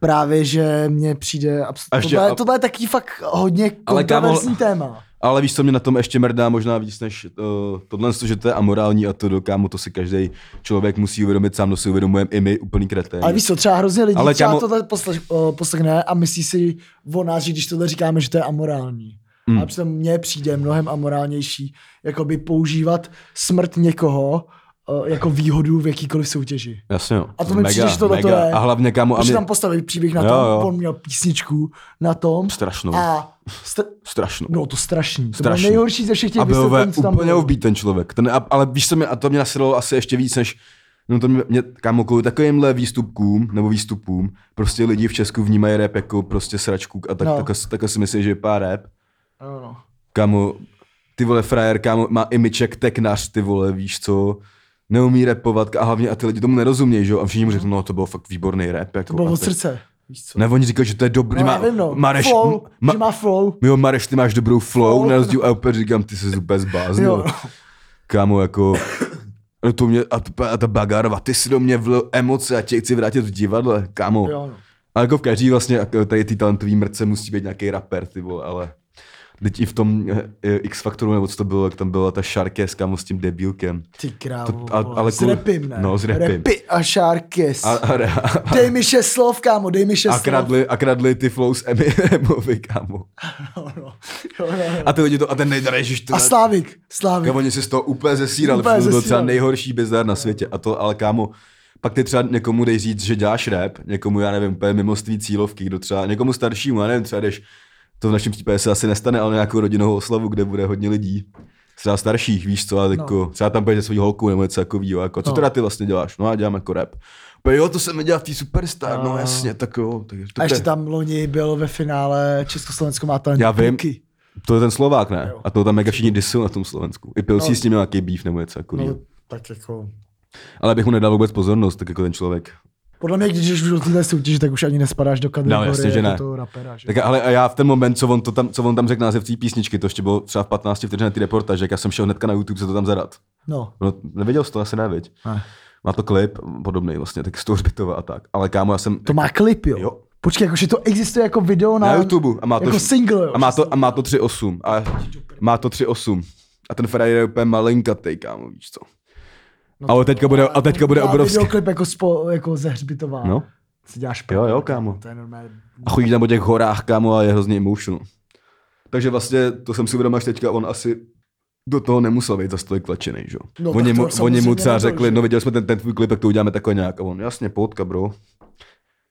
Speaker 1: právě, že mně přijde
Speaker 2: A
Speaker 1: absolutně...
Speaker 2: ještě-
Speaker 1: Tohle,
Speaker 2: a-
Speaker 1: tohle, je taky fakt hodně
Speaker 2: Ale kámo-
Speaker 1: kontroverzní téma.
Speaker 2: Ale víš, co mě na tom ještě mrdá možná víc než uh, tohle, že to je amorální a to do kámo, to si každý člověk musí uvědomit, sám to si uvědomujem i my, úplný kreté.
Speaker 1: Ale víš co, třeba hrozně lidí Ale
Speaker 2: Ale
Speaker 1: třeba
Speaker 2: kámo-
Speaker 1: tohle poslech, o, poslechne a myslí si o nás, že když tohle říkáme, že to je amorální.
Speaker 2: Hmm.
Speaker 1: Mm. A přitom mně přijde mnohem amorálnější jakoby používat smrt někoho o, jako výhodu v jakýkoliv soutěži.
Speaker 2: Jasně, jo.
Speaker 1: A to mi přijde, že tohle to je.
Speaker 2: A hlavně kámo, No a
Speaker 1: Protože
Speaker 2: mě...
Speaker 1: tam postavili příběh na
Speaker 2: Jo,
Speaker 1: tom,
Speaker 2: jo.
Speaker 1: on měl písničku na tom.
Speaker 2: Strašnou.
Speaker 1: A str-
Speaker 2: strašno.
Speaker 1: no to strašný. To
Speaker 2: Strašný.
Speaker 1: bylo nejhorší ze všech těch
Speaker 2: a byl ve,
Speaker 1: vystoupení, co Prostě tam
Speaker 2: úplně
Speaker 1: bylo.
Speaker 2: ubít ten člověk. Ten, a, ale víš, co mě, a to mě nasedlo asi ještě víc, než No to mě, mě kámo, kvůli takovýmhle výstupkům, nebo výstupům, prostě lidi v Česku vnímají rap jako prostě sračku a tak,
Speaker 1: No.
Speaker 2: no. tak, tak, si myslí, že je pár rap.
Speaker 1: Ano, no.
Speaker 2: Kámo, ty vole frajer, kámo, má imiček teknař, ty vole, víš co, neumí repovat a hlavně a ty lidi tomu nerozumějí, že jo, a všichni mu řeknou, no to byl fakt výborný rap. Jako,
Speaker 1: To bylo
Speaker 2: a
Speaker 1: od
Speaker 2: tak-
Speaker 1: srdce. Víš co?
Speaker 2: Ne, oni říkají, že to je dobrý,
Speaker 1: no, já vím, no.
Speaker 2: Mareš,
Speaker 1: flow,
Speaker 2: ma,
Speaker 1: že má flow.
Speaker 2: Jo, Mareš, ty máš dobrou flow,
Speaker 1: Flow.
Speaker 2: na rozdíl a úplně říkám, ty se úplně
Speaker 1: Jo.
Speaker 2: zbláznil. Kámo, jako... No to mě, a, t- a ta Bagarova, ty si do mě vlil emoce a tě chci vrátit v divadle, kámo.
Speaker 1: Jo, no.
Speaker 2: A jako v každý vlastně, jako tady ty talentový mrce musí být nějaký rapper, ty vole, ale... Teď i v tom eh, X Factoru, nebo co to bylo, jak tam byla ta Sharkes, kámo, s tím debilkem.
Speaker 1: Ty krávo,
Speaker 2: To- a- ale
Speaker 1: s
Speaker 2: kvůli-
Speaker 1: repim, ne?
Speaker 2: no, s repim.
Speaker 1: Repy a šárkes.
Speaker 2: A, a, a,
Speaker 1: Dej mi šest slov, kámo, dej mi šest
Speaker 2: a, kradli, a kradli ty flow s Eminemovi, kámo.
Speaker 1: slov. No, no. Jo, jo, jo.
Speaker 2: A ty lidi to, a ten nejdar, ježiš, ty
Speaker 1: A
Speaker 2: vole,
Speaker 1: Slávik, Slávik.
Speaker 2: Kámo, oni se z toho úplně zesírali,
Speaker 1: Úplně
Speaker 2: úplně to byl
Speaker 1: zesírali.
Speaker 2: třeba nejhorší bizar na světě. A to, ale kámo, pak ty třeba někomu dej říct, že děláš rap, někomu, já nevím, úplně mimo tvý cílovky, kdo třeba, někomu staršímu, já nevím, třeba jdeš, to v našem případě se asi nestane, ale nějakou rodinnou oslavu, kde bude hodně lidí, třeba starších, víš co, a jako, třeba tam půjdeš svou holku nebo něco takového, jako, co
Speaker 1: No.
Speaker 2: teda ty vlastně děláš, no já dělám jako rap. Pe, jo, to jsem dělal v té Superstar, no
Speaker 1: A-
Speaker 2: jasně, tak jo. Tak,
Speaker 1: A ještě
Speaker 2: tak-
Speaker 1: tam loni byl ve finále Československo má talent.
Speaker 2: Já vím.
Speaker 1: Půlky.
Speaker 2: To je ten Slovák, ne?
Speaker 1: Jo.
Speaker 2: A to tam mega všichni disou na tom Slovensku. I Pilsí
Speaker 1: No.
Speaker 2: s ním měl nějaký býv nebo něco takového.
Speaker 1: No,
Speaker 2: No.
Speaker 1: tak jako...
Speaker 2: Ale abych mu nedal vůbec pozornost, tak jako ten člověk.
Speaker 1: Podle mě, když jdeš do téhle soutěže, tak už ani nespadáš do kategorie
Speaker 2: No, jasně, že
Speaker 1: jako
Speaker 2: ne.
Speaker 1: toho rapera. Že?
Speaker 2: Tak ale a já v ten moment, co on, to tam, co on tam řekl název té písničky, to ještě bylo třeba v 15 vteřin ty reportáž, jak já jsem šel hnedka na YouTube se to tam zadat.
Speaker 1: No,
Speaker 2: No, neviděl jsi to asi ne, viď?
Speaker 1: Ne.
Speaker 2: Má to klip podobný vlastně, tak z toho hřbitova a tak. Ale kámo, já jsem
Speaker 1: to má klip, jo.
Speaker 2: Jo.
Speaker 1: Počkej, jakože to existuje jako video na,
Speaker 2: na YouTube a má to,
Speaker 1: jako
Speaker 2: š-
Speaker 1: single, jo.
Speaker 2: a má to, a má to 3.8. A má to 3.8. A ten Ferrari je úplně malinkatej, kámo, víš co.
Speaker 1: No,
Speaker 2: Ale teďka bude, a teďka bude
Speaker 1: Má
Speaker 2: obrovský.
Speaker 1: Videoklip jako, spo, jako ze hřbitová.
Speaker 2: No.
Speaker 1: Si děláš
Speaker 2: Jo,
Speaker 1: prdel,
Speaker 2: jo, kámo.
Speaker 1: To je normálně.
Speaker 2: A chodí tam po těch horách, kámo, a je hrozně emotional. Takže vlastně to jsem si uvědomil až teďka, on asi do toho nemusel být za tolik tlačený, že?
Speaker 1: No,
Speaker 2: No,
Speaker 1: tak to
Speaker 2: oni, mu, oni
Speaker 1: samozřejmě
Speaker 2: mu třeba
Speaker 1: nebyl,
Speaker 2: řekli,
Speaker 1: že?
Speaker 2: no viděli jsme ten, ten tvůj klip, jak to uděláme takhle nějak. A on, jasně, poutka, bro.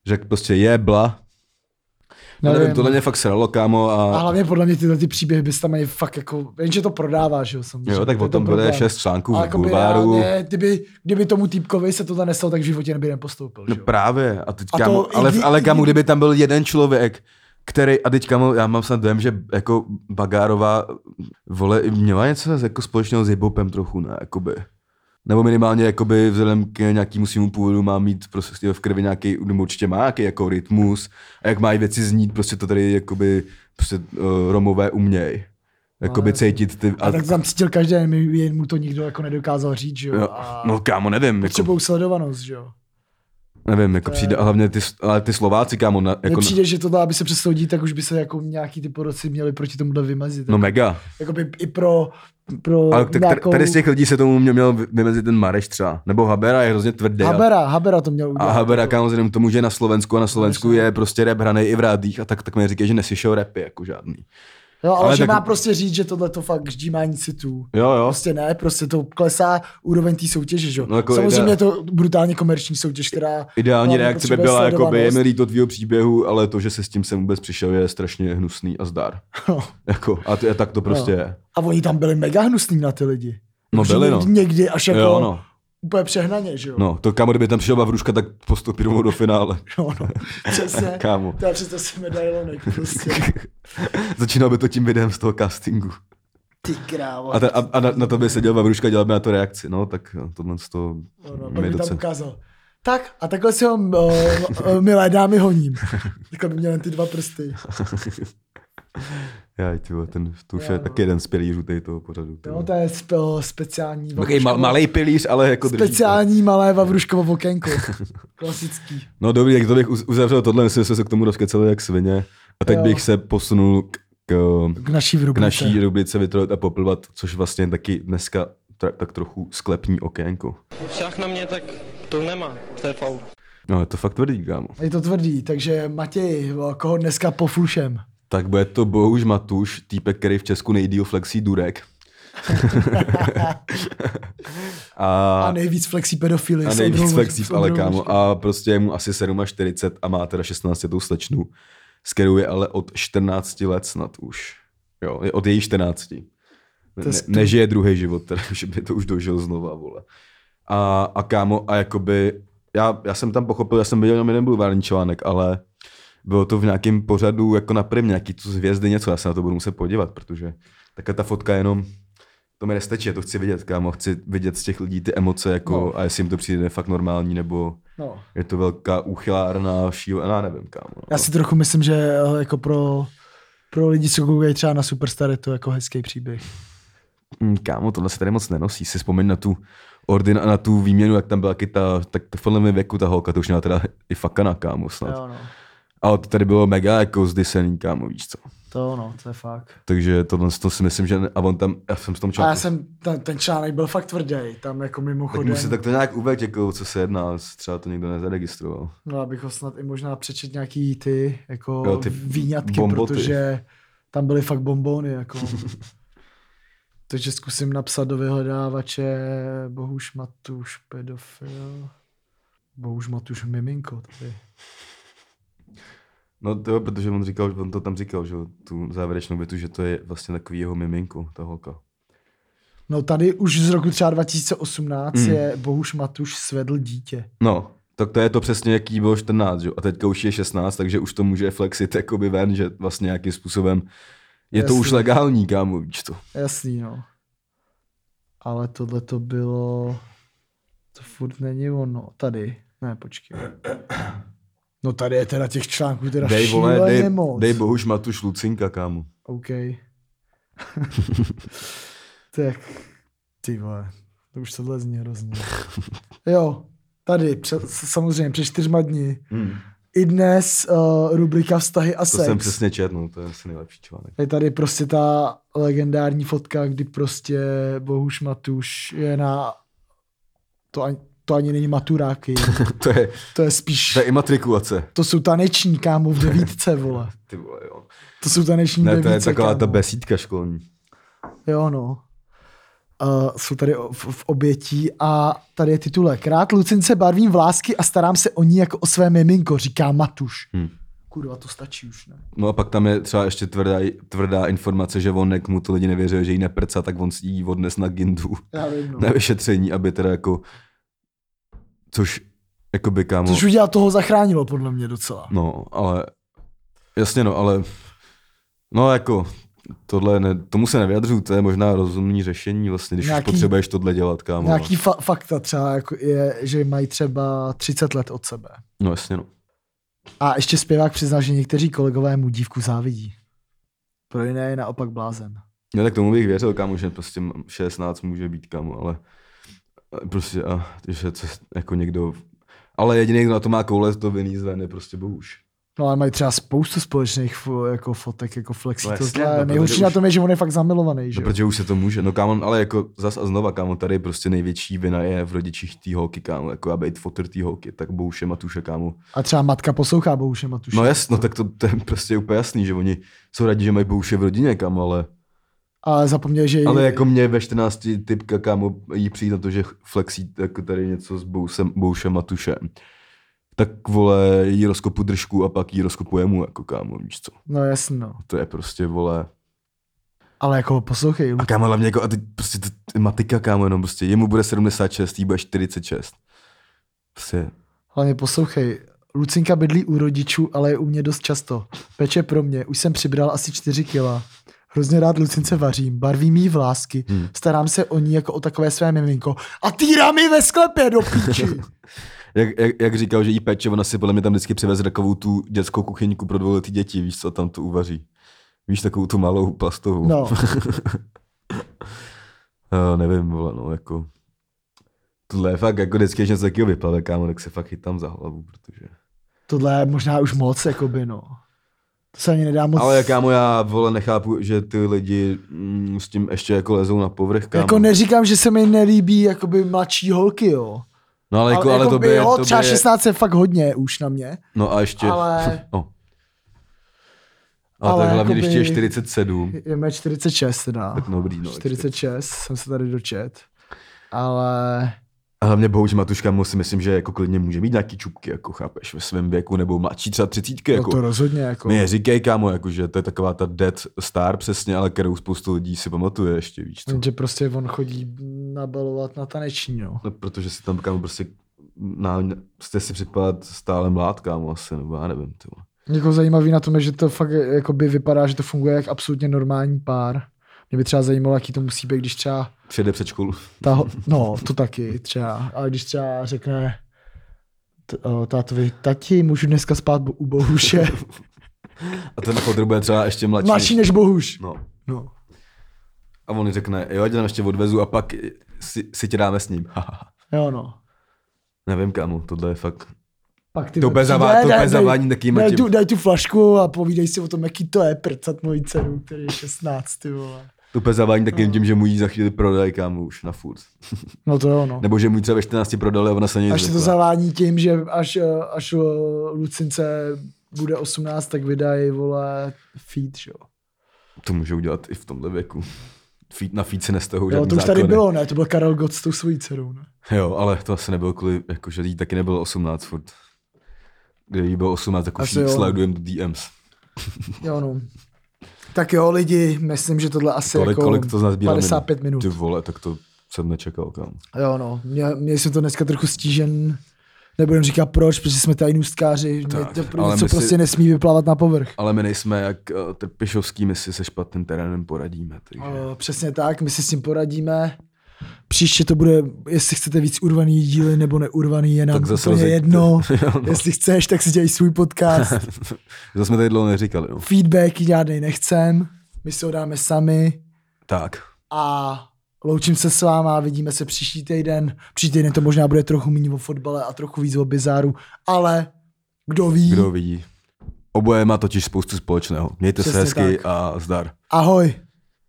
Speaker 2: Řekl prostě je, bla. No, nevím, tohle mě fakt sralo, kámo.
Speaker 1: A
Speaker 2: A,
Speaker 1: hlavně podle mě tyhle ty příběhy bys tam ani fakt jako, jenže to prodává, že jo, samozřejmě.
Speaker 2: jo, tak
Speaker 1: to je
Speaker 2: o tom
Speaker 1: ten
Speaker 2: bude
Speaker 1: problém.
Speaker 2: šest článků
Speaker 1: Ale
Speaker 2: v
Speaker 1: jakoby
Speaker 2: bulváru.
Speaker 1: reálně, Kdyby, kdyby tomu týpkovi se tohle nestalo, tak v životě by nepostoupil,
Speaker 2: No
Speaker 1: že jo.
Speaker 2: právě, a teď
Speaker 1: A to
Speaker 2: kámo,
Speaker 1: i
Speaker 2: ale,
Speaker 1: kdy-
Speaker 2: ale
Speaker 1: i
Speaker 2: kámo,
Speaker 1: kdy-
Speaker 2: kdyby tam byl jeden člověk, který, a teď kámo, já mám snad dojem, že jako Bagárová, vole, měla něco jako společného s hipopem trochu, ne, jakoby. Nebo minimálně jakoby vzhledem k nějakému svýmu původu má mít prostě v krvi nějaký, nebo určitě má nějaký jako rytmus a jak mají věci znít, prostě to tady jakoby prostě uh, Romové uměj. Jakoby
Speaker 1: jasně.
Speaker 2: cítit ty...
Speaker 1: No, A tak tam cítil každý, jen, jen mu to nikdo jako nedokázal říct, že jo.
Speaker 2: jo,
Speaker 1: A
Speaker 2: no kámo, nevím, jako,
Speaker 1: potřebují sledovanost, že jo.
Speaker 2: nevím, jako
Speaker 1: Eh.
Speaker 2: přijde, a hlavně ty, ale ty Slováci, kámo, na,
Speaker 1: Mně
Speaker 2: jako,
Speaker 1: přijde, že tohle, aby se přesoudí, tak už by se jako nějaký ty poroci měli proti tomuhle vymezit.
Speaker 2: no mega.
Speaker 1: Jakoby i pro, pro
Speaker 2: Ale tak
Speaker 1: nějakou...
Speaker 2: nějakou... tady z těch lidí se tomu mě měl vymezit ten Mareš třeba. Nebo Habera je hrozně tvrdý. ale-
Speaker 1: Habera, Habera to měl udělat.
Speaker 2: A Habera kámo vzhledem k tomu, že je na Slovensku a na Slovensku je prostě rap hraný i v rádích a tak, tak mi říkají, že neslyšel rapy jako žádný.
Speaker 1: Jo, ale, ale
Speaker 2: ale
Speaker 1: že
Speaker 2: tak-
Speaker 1: má prostě říct, že tohle to fakt ždímání citů.
Speaker 2: Jo, jo.
Speaker 1: Prostě ne, prostě to klesá úroveň té soutěže, že jo.
Speaker 2: No jako
Speaker 1: Samozřejmě
Speaker 2: idea-
Speaker 1: je to brutálně komerční soutěž, která...
Speaker 2: Ideální
Speaker 1: hlavně
Speaker 2: reakce by
Speaker 1: potřebuje
Speaker 2: byla, jako by je mi
Speaker 1: sledovanost.
Speaker 2: líto tvýho příběhu, ale to, že se s tím sem vůbec přišel, je strašně hnusný a zdar. jako, a, to, a tak to prostě
Speaker 1: No.
Speaker 2: je.
Speaker 1: A oni tam byli mega hnusní na ty lidi.
Speaker 2: No
Speaker 1: Jakože
Speaker 2: byli, no.
Speaker 1: Někdy až jako
Speaker 2: Jo, no.
Speaker 1: úplně přehnaně, že jo.
Speaker 2: No, to kámo, kdyby tam přišel Bavruška, tak postupí rovnou do finále.
Speaker 1: Jo, no. Přesně.
Speaker 2: Kámo.
Speaker 1: To je přece si medailonek prostě.
Speaker 2: Začínal by to tím videem z toho castingu.
Speaker 1: Ty krávo.
Speaker 2: A, ten, a, a na, na, to by seděl Vavruška, dělal by na to reakci. No, tak jo, tohle z toho
Speaker 1: No, no,
Speaker 2: mi
Speaker 1: pak by tam
Speaker 2: docela-
Speaker 1: ukázal. Tak, a takhle si ho, o, o, milé dámy, honím. Takhle by měl jen ty dva prsty.
Speaker 2: Já ty vole, ten, to už
Speaker 1: Jo,
Speaker 2: je
Speaker 1: no.
Speaker 2: taky jeden z pilířů tady toho pořadu. ty
Speaker 1: Jo,
Speaker 2: vole.
Speaker 1: to je spe, o, speciální.
Speaker 2: Takový mal,
Speaker 1: Vavruškovo-
Speaker 2: malý pilíř, ale jako drží. to.
Speaker 1: Speciální malé Vavruškovo okénko. Klasický.
Speaker 2: No dobrý, jak to bych uz- uzavřel tohle, myslím, že jsme se k tomu rozkecali jak svině. A teď
Speaker 1: Jo.
Speaker 2: jo. bych se posunul k, k,
Speaker 1: K naší
Speaker 2: k
Speaker 1: vrubnice.
Speaker 2: naší rubrice Vytrojit a poplvat, což vlastně taky dneska tra, tak trochu sklepní okénko.
Speaker 4: Však na mě, tak to nemá, to je faul.
Speaker 2: No je to fakt tvrdý, kámo.
Speaker 1: Je to tvrdý, takže Matěj, o, koho dneska poflušem?
Speaker 2: Tak bude to Bohuž Matuš, týpek, který v Česku nejdýl flexí durek. a,
Speaker 1: A nejvíc flexí pedofily.
Speaker 2: A
Speaker 1: s
Speaker 2: nejvíc
Speaker 1: Ondrou-
Speaker 2: flexív,
Speaker 1: s
Speaker 2: ale
Speaker 1: Ondrou
Speaker 2: kámo.
Speaker 1: Ložkou.
Speaker 2: A prostě je mu asi 47 a má teda 16 tou slečnu, s kterou je ale od 14 let snad už. Jo, je od její 14.
Speaker 1: To je
Speaker 2: Ne,
Speaker 1: skvělý.
Speaker 2: nežije druhý život, teda, že by to už dožil znova, vole. A, a kámo, a jakoby, já, já jsem tam pochopil, já jsem viděl jenom jeden bulvární článek, ale bylo to v nějakém pořadu jako na první, nějaký tu z hvězdy něco, já se na to budu muset podívat, protože takhle ta fotka jenom, to mi nestačí, já to chci vidět, kámo, chci vidět z těch lidí ty emoce, jako,
Speaker 1: No.
Speaker 2: no. a jestli jim to přijde fakt normální, nebo
Speaker 1: No.
Speaker 2: je to velká úchylárna, šílená, nevím, kámo. No.
Speaker 1: Já si trochu myslím, že eh, jako pro, pro lidi, co koukají třeba na Superstar, je to jako hezký příběh.
Speaker 2: Mm, Kámo, tohle se tady moc nenosí. Si vzpomeň na tu ordin a na tu výměnu, jak tam byla taky ta, tak v tomhle mém věku ta holka, to už měla teda i fakana, kámo, snad.
Speaker 1: Jo, no.
Speaker 2: Ale to tady bylo mega jako zdysený, kámo, víš co.
Speaker 1: To no, to je fakt.
Speaker 2: Takže tohle to si myslím, že ne, a on tam, já jsem v tom
Speaker 1: A já
Speaker 2: článku.
Speaker 1: jsem, ten, ten článek byl fakt tvrdý, tam jako
Speaker 2: Tak
Speaker 1: mimochodem,
Speaker 2: musí tak to nějak uveď, jako, co se jedná, jestli třeba to nikdo nezaregistroval.
Speaker 1: no abych ho snad i možná přečet nějaký ty, jako jo,
Speaker 2: Jo,
Speaker 1: ty
Speaker 2: ty
Speaker 1: výňatky,
Speaker 2: bomboty.
Speaker 1: protože tam byly fakt bombony, jako. Takže zkusím napsat do vyhledávače Bohuš Matuš pedofil. Bohuž Matuš Miminko tady.
Speaker 2: No to jo, protože on říkal, on to tam říkal, že jo, tu závěrečnou větu, že to je vlastně takový jeho miminko, ta holka.
Speaker 1: No tady už z roku třeba 2018
Speaker 2: Mm.
Speaker 1: je Bohuž Matuš svedl dítě.
Speaker 2: No, tak to je to přesně, jaký bylo 14, že? jo? a teďka už je 16, takže už to může flexit jakoby ven, že vlastně nějakým způsobem je to
Speaker 1: Jasně.
Speaker 2: už legální, kámo, víš to.
Speaker 1: Jasný, no. Ale tohle to bylo... To furt není ono. Tady. Ne, počkej. No tady je teda těch článků teda
Speaker 2: Dej vole,
Speaker 1: šíleně
Speaker 2: dej,
Speaker 1: moc.
Speaker 2: dej bohuž Matuš Lucinka, kámo.
Speaker 1: OK. tak, ty vole, to už tohle zní hrozně. Jo, tady, pře- samozřejmě, před čtyřma dny.
Speaker 2: Hmm.
Speaker 1: I dnes uh, rubrika Vztahy a
Speaker 2: To
Speaker 1: sex.
Speaker 2: jsem přesně čet, no, to je asi nejlepší článek.
Speaker 1: Je tady prostě ta legendární fotka, kdy prostě Bohuš Matuš je na... To ani, to ani není maturáky,
Speaker 2: to, je,
Speaker 1: to je spíš...
Speaker 2: to je imatrikulace.
Speaker 1: To jsou taneční, kámo, v devítce, vole.
Speaker 2: Ty vole, jo.
Speaker 1: To jsou taneční
Speaker 2: Ne, to
Speaker 1: devíce,
Speaker 2: je taková
Speaker 1: kámo.
Speaker 2: ta besídka školní.
Speaker 1: Jo, no. Uh, jsou tady o- v, v obětí a tady je titulek. Rád Lucince barvím v lásky a starám se o ní jako o své miminko, říká Matuš.
Speaker 2: Hm.
Speaker 1: Kurva, to stačí už, ne?
Speaker 2: No a pak tam je třeba ještě tvrdá, tvrdá informace, že on, jak mu to lidi nevěřil, že jí neprca, tak on si jí odnes na gindu
Speaker 1: Já vím, no.
Speaker 2: na vyšetření, aby teda jako, což, jako by kámo,
Speaker 1: Což udělal toho zachránilo, podle mě docela.
Speaker 2: no, ale, jasně no, ale, no jako, tohle, ne, tomu se nevyjadřuju, to je možná rozumný řešení vlastně, když
Speaker 1: Nějaký-
Speaker 2: Nějaký... potřebuješ tohle dělat, kámo. no. ale-
Speaker 1: Nějaký fa- fakta třeba jako je, že mají třeba 30 let od sebe.
Speaker 2: No jasně no.
Speaker 1: A ještě zpěvák přiznal, že někteří kolegové mu dívku závidí. Pro jiné je naopak blázen.
Speaker 2: No tak tomu bych věřil, kámo, že prostě 16 může být, kámo, ale ale prostě, a, že to, jako někdo, ale jediný, kdo na to má koule, to viní zven, je prostě bohuž.
Speaker 1: No ale mají třeba spoustu společných fo- jako fotek, jako flexí.
Speaker 2: No
Speaker 1: No,
Speaker 2: jasně, no,
Speaker 1: tohle.
Speaker 2: protože
Speaker 1: Nejhorší
Speaker 2: už-
Speaker 1: na tom je, že on je fakt zamilovaný, že
Speaker 2: No,
Speaker 1: jo?
Speaker 2: protože už se to může, no kámo, ale jako zas a znova, kámo, tady prostě největší vina je v rodičích tý holky, kámo, jako a být fotr tý holky, tak bohuž je Matuše, kámo.
Speaker 1: A třeba matka poslouchá Bohuše Matuše.
Speaker 2: No jasno, tak to, to, je prostě úplně jasný, že oni jsou rádi, že mají bohuše v rodině, kámo, ale,
Speaker 1: Ale zapomněl, že
Speaker 2: ale jako mě ve 14 typka, kámo, jí přijít na to, že flexí jako tady něco s bousem, boušem Matušem. tak vole, jí rozkopu držku a pak jí rozkopuje mu, jako kámo, víš co.
Speaker 1: No jasno.
Speaker 2: To je prostě, vole.
Speaker 1: Ale jako poslouchej.
Speaker 2: A kámo, hlavně jako, a teď prostě to, to je matika, kámo, jenom prostě, jemu bude 76, jí bude 46. Prostě,
Speaker 1: Hlavně poslouchej. Lucinka bydlí u rodičů, ale je u mě dost často. Peče pro mě, už jsem přibral asi 4 kila. Hrozně rád Lucince vařím, barvím jí v lásky,
Speaker 2: Hmm.
Speaker 1: starám se o ní jako o takové své miminko. A týrám ji ve sklepě do píči.
Speaker 2: jak, jak, jak, říkal, že jí peče, ona si podle mě tam vždycky přiveze takovou tu dětskou kuchyňku pro dvouletý děti, víš co, a tam to uvaří. Víš, takovou tu malou plastovou.
Speaker 1: No.
Speaker 2: Eh, nevím, vole, no, jako. Tohle je fakt, jako vždycky, když něco takového vyplave, kámo, tak se fakt chytám za hlavu, protože...
Speaker 1: Tohle je možná už moc, jakoby, no. To se ani nedá moc.
Speaker 2: Ale kámo, já vole nechápu, že ty lidi mm, s tím ještě jako lezou na povrch, kámo.
Speaker 1: Jako neříkám, že se mi nelíbí jakoby mladší holky, jo.
Speaker 2: no ale, jako, ale, to by,
Speaker 1: jo,
Speaker 2: to by
Speaker 1: třeba 16 je fakt hodně už na mě.
Speaker 2: No a ještě...
Speaker 1: ale-
Speaker 2: No. Ale,
Speaker 1: Ale jako
Speaker 2: tak hlavně, když ti je
Speaker 1: jakoby-
Speaker 2: 47,
Speaker 1: Je mě 46 teda.
Speaker 2: tak dobrý, no.
Speaker 1: 46 jsem se tady dočet. Ale
Speaker 2: A hlavně bohuž Matuška mu si myslím, že jako klidně může mít nějaký čupky, jako chápeš, ve svém věku, nebo mladší třeba třicítky,
Speaker 1: jako,
Speaker 2: jako.
Speaker 1: to rozhodně jako.
Speaker 2: Ne, říkej, kámo, jako, že to je taková ta dead star přesně, ale kterou spoustu lidí si pamatuje ještě, víš co.
Speaker 1: Že prostě on chodí nabalovat na taneční, no.
Speaker 2: No, protože si tam, kámo, prostě na, jste si připadat stále mlád, kámo, asi, nebo já nevím, ty vole.
Speaker 1: Jako zajímavý na tom je, že to fakt jakoby vypadá, že to funguje jak absolutně normální pár. Mě by třeba zajímalo, jaký to musí být, když třeba
Speaker 2: Přijede před školu.
Speaker 1: ta, ho- no, to taky třeba. Ale když třeba řekne t- o, tátovi, tati, můžu dneska spát bo- u Bohuše.
Speaker 2: A ten potřebuje třeba ještě mladší.
Speaker 1: Mladší než Bohuš.
Speaker 2: No.
Speaker 1: No.
Speaker 2: A on řekne, jo, já tě tam ještě odvezu a pak si, si tě dáme s ním.
Speaker 1: Jo, no.
Speaker 2: Nevím, kámo, tohle je fakt.
Speaker 1: Pak ty
Speaker 2: To úplně zavá- to úplně zavání takýma
Speaker 1: daj,
Speaker 2: tím.
Speaker 1: tu, daj tu flašku a povídej si o tom, jaký to je prcat moji dceru, který je 16, ty vole.
Speaker 2: To úplně zavání takým tím, že mu ji za chvíli prodají, kámo, už na furt.
Speaker 1: No to jo, no.
Speaker 2: Nebo že mu ji třeba ve 14 prodali a ona se něj
Speaker 1: Až se to zavání tím, že až, eh, až eh, Lucince bude 18, tak vydají, vole, feed, že jo.
Speaker 2: to může udělat i v tomhle věku. Feed, na feed si nestahují
Speaker 1: Jo,
Speaker 2: žádný
Speaker 1: to už tady
Speaker 2: zákony.
Speaker 1: bylo, ne? To byl Karel Gott s tou svojí dcerou, ne?
Speaker 2: Jo, ale to asi nebylo kvůli, jakože jí taky nebylo 18 furt. Kdyby jí bylo 18, tak už
Speaker 1: Asi
Speaker 2: jí
Speaker 1: jo.
Speaker 2: sledujem do DMs.
Speaker 1: Jo, no. Tak jo, lidi, myslím, že tohle asi
Speaker 2: Kolik,
Speaker 1: jako
Speaker 2: kolik to z nás
Speaker 1: 55 minut.
Speaker 2: Ty vole, tak to jsem nečekal, kam.
Speaker 1: Jo, no. Mě, měli jsme to dneska trochu stížen. Nebudem říkat proč, protože jsme tajnůstkáři.
Speaker 2: Tak,
Speaker 1: Tak, to,
Speaker 2: ale
Speaker 1: něco
Speaker 2: my si-
Speaker 1: prostě nesmí vyplavat na povrch.
Speaker 2: Ale my nejsme jak eh, trpišovský, my si se špatným terénem poradíme. Takže.
Speaker 1: O, přesně tak, my si s tím poradíme. Příště to bude, jestli chcete víc urvaný díly nebo neurvaný, je nám
Speaker 2: Tak
Speaker 1: tak
Speaker 2: zase
Speaker 1: úplně
Speaker 2: rozjeďte.
Speaker 1: jedno.
Speaker 2: Jo, no.
Speaker 1: Jestli chceš, tak si dělej svůj podcast.
Speaker 2: To jsme tady dlouho neříkali. No.
Speaker 1: Feedbacky žádnej nechcem, my si ho dáme sami
Speaker 2: Tak,
Speaker 1: a loučím se s váma, vidíme se příští týden. Příští týden to možná bude trochu méně o fotbale a trochu víc o bizáru, ale kdo ví.
Speaker 2: kdo ví. Oboje má totiž spoustu společného. Mějte
Speaker 1: Přesně
Speaker 2: se hezky
Speaker 1: tak.
Speaker 2: a zdar.
Speaker 1: Ahoj.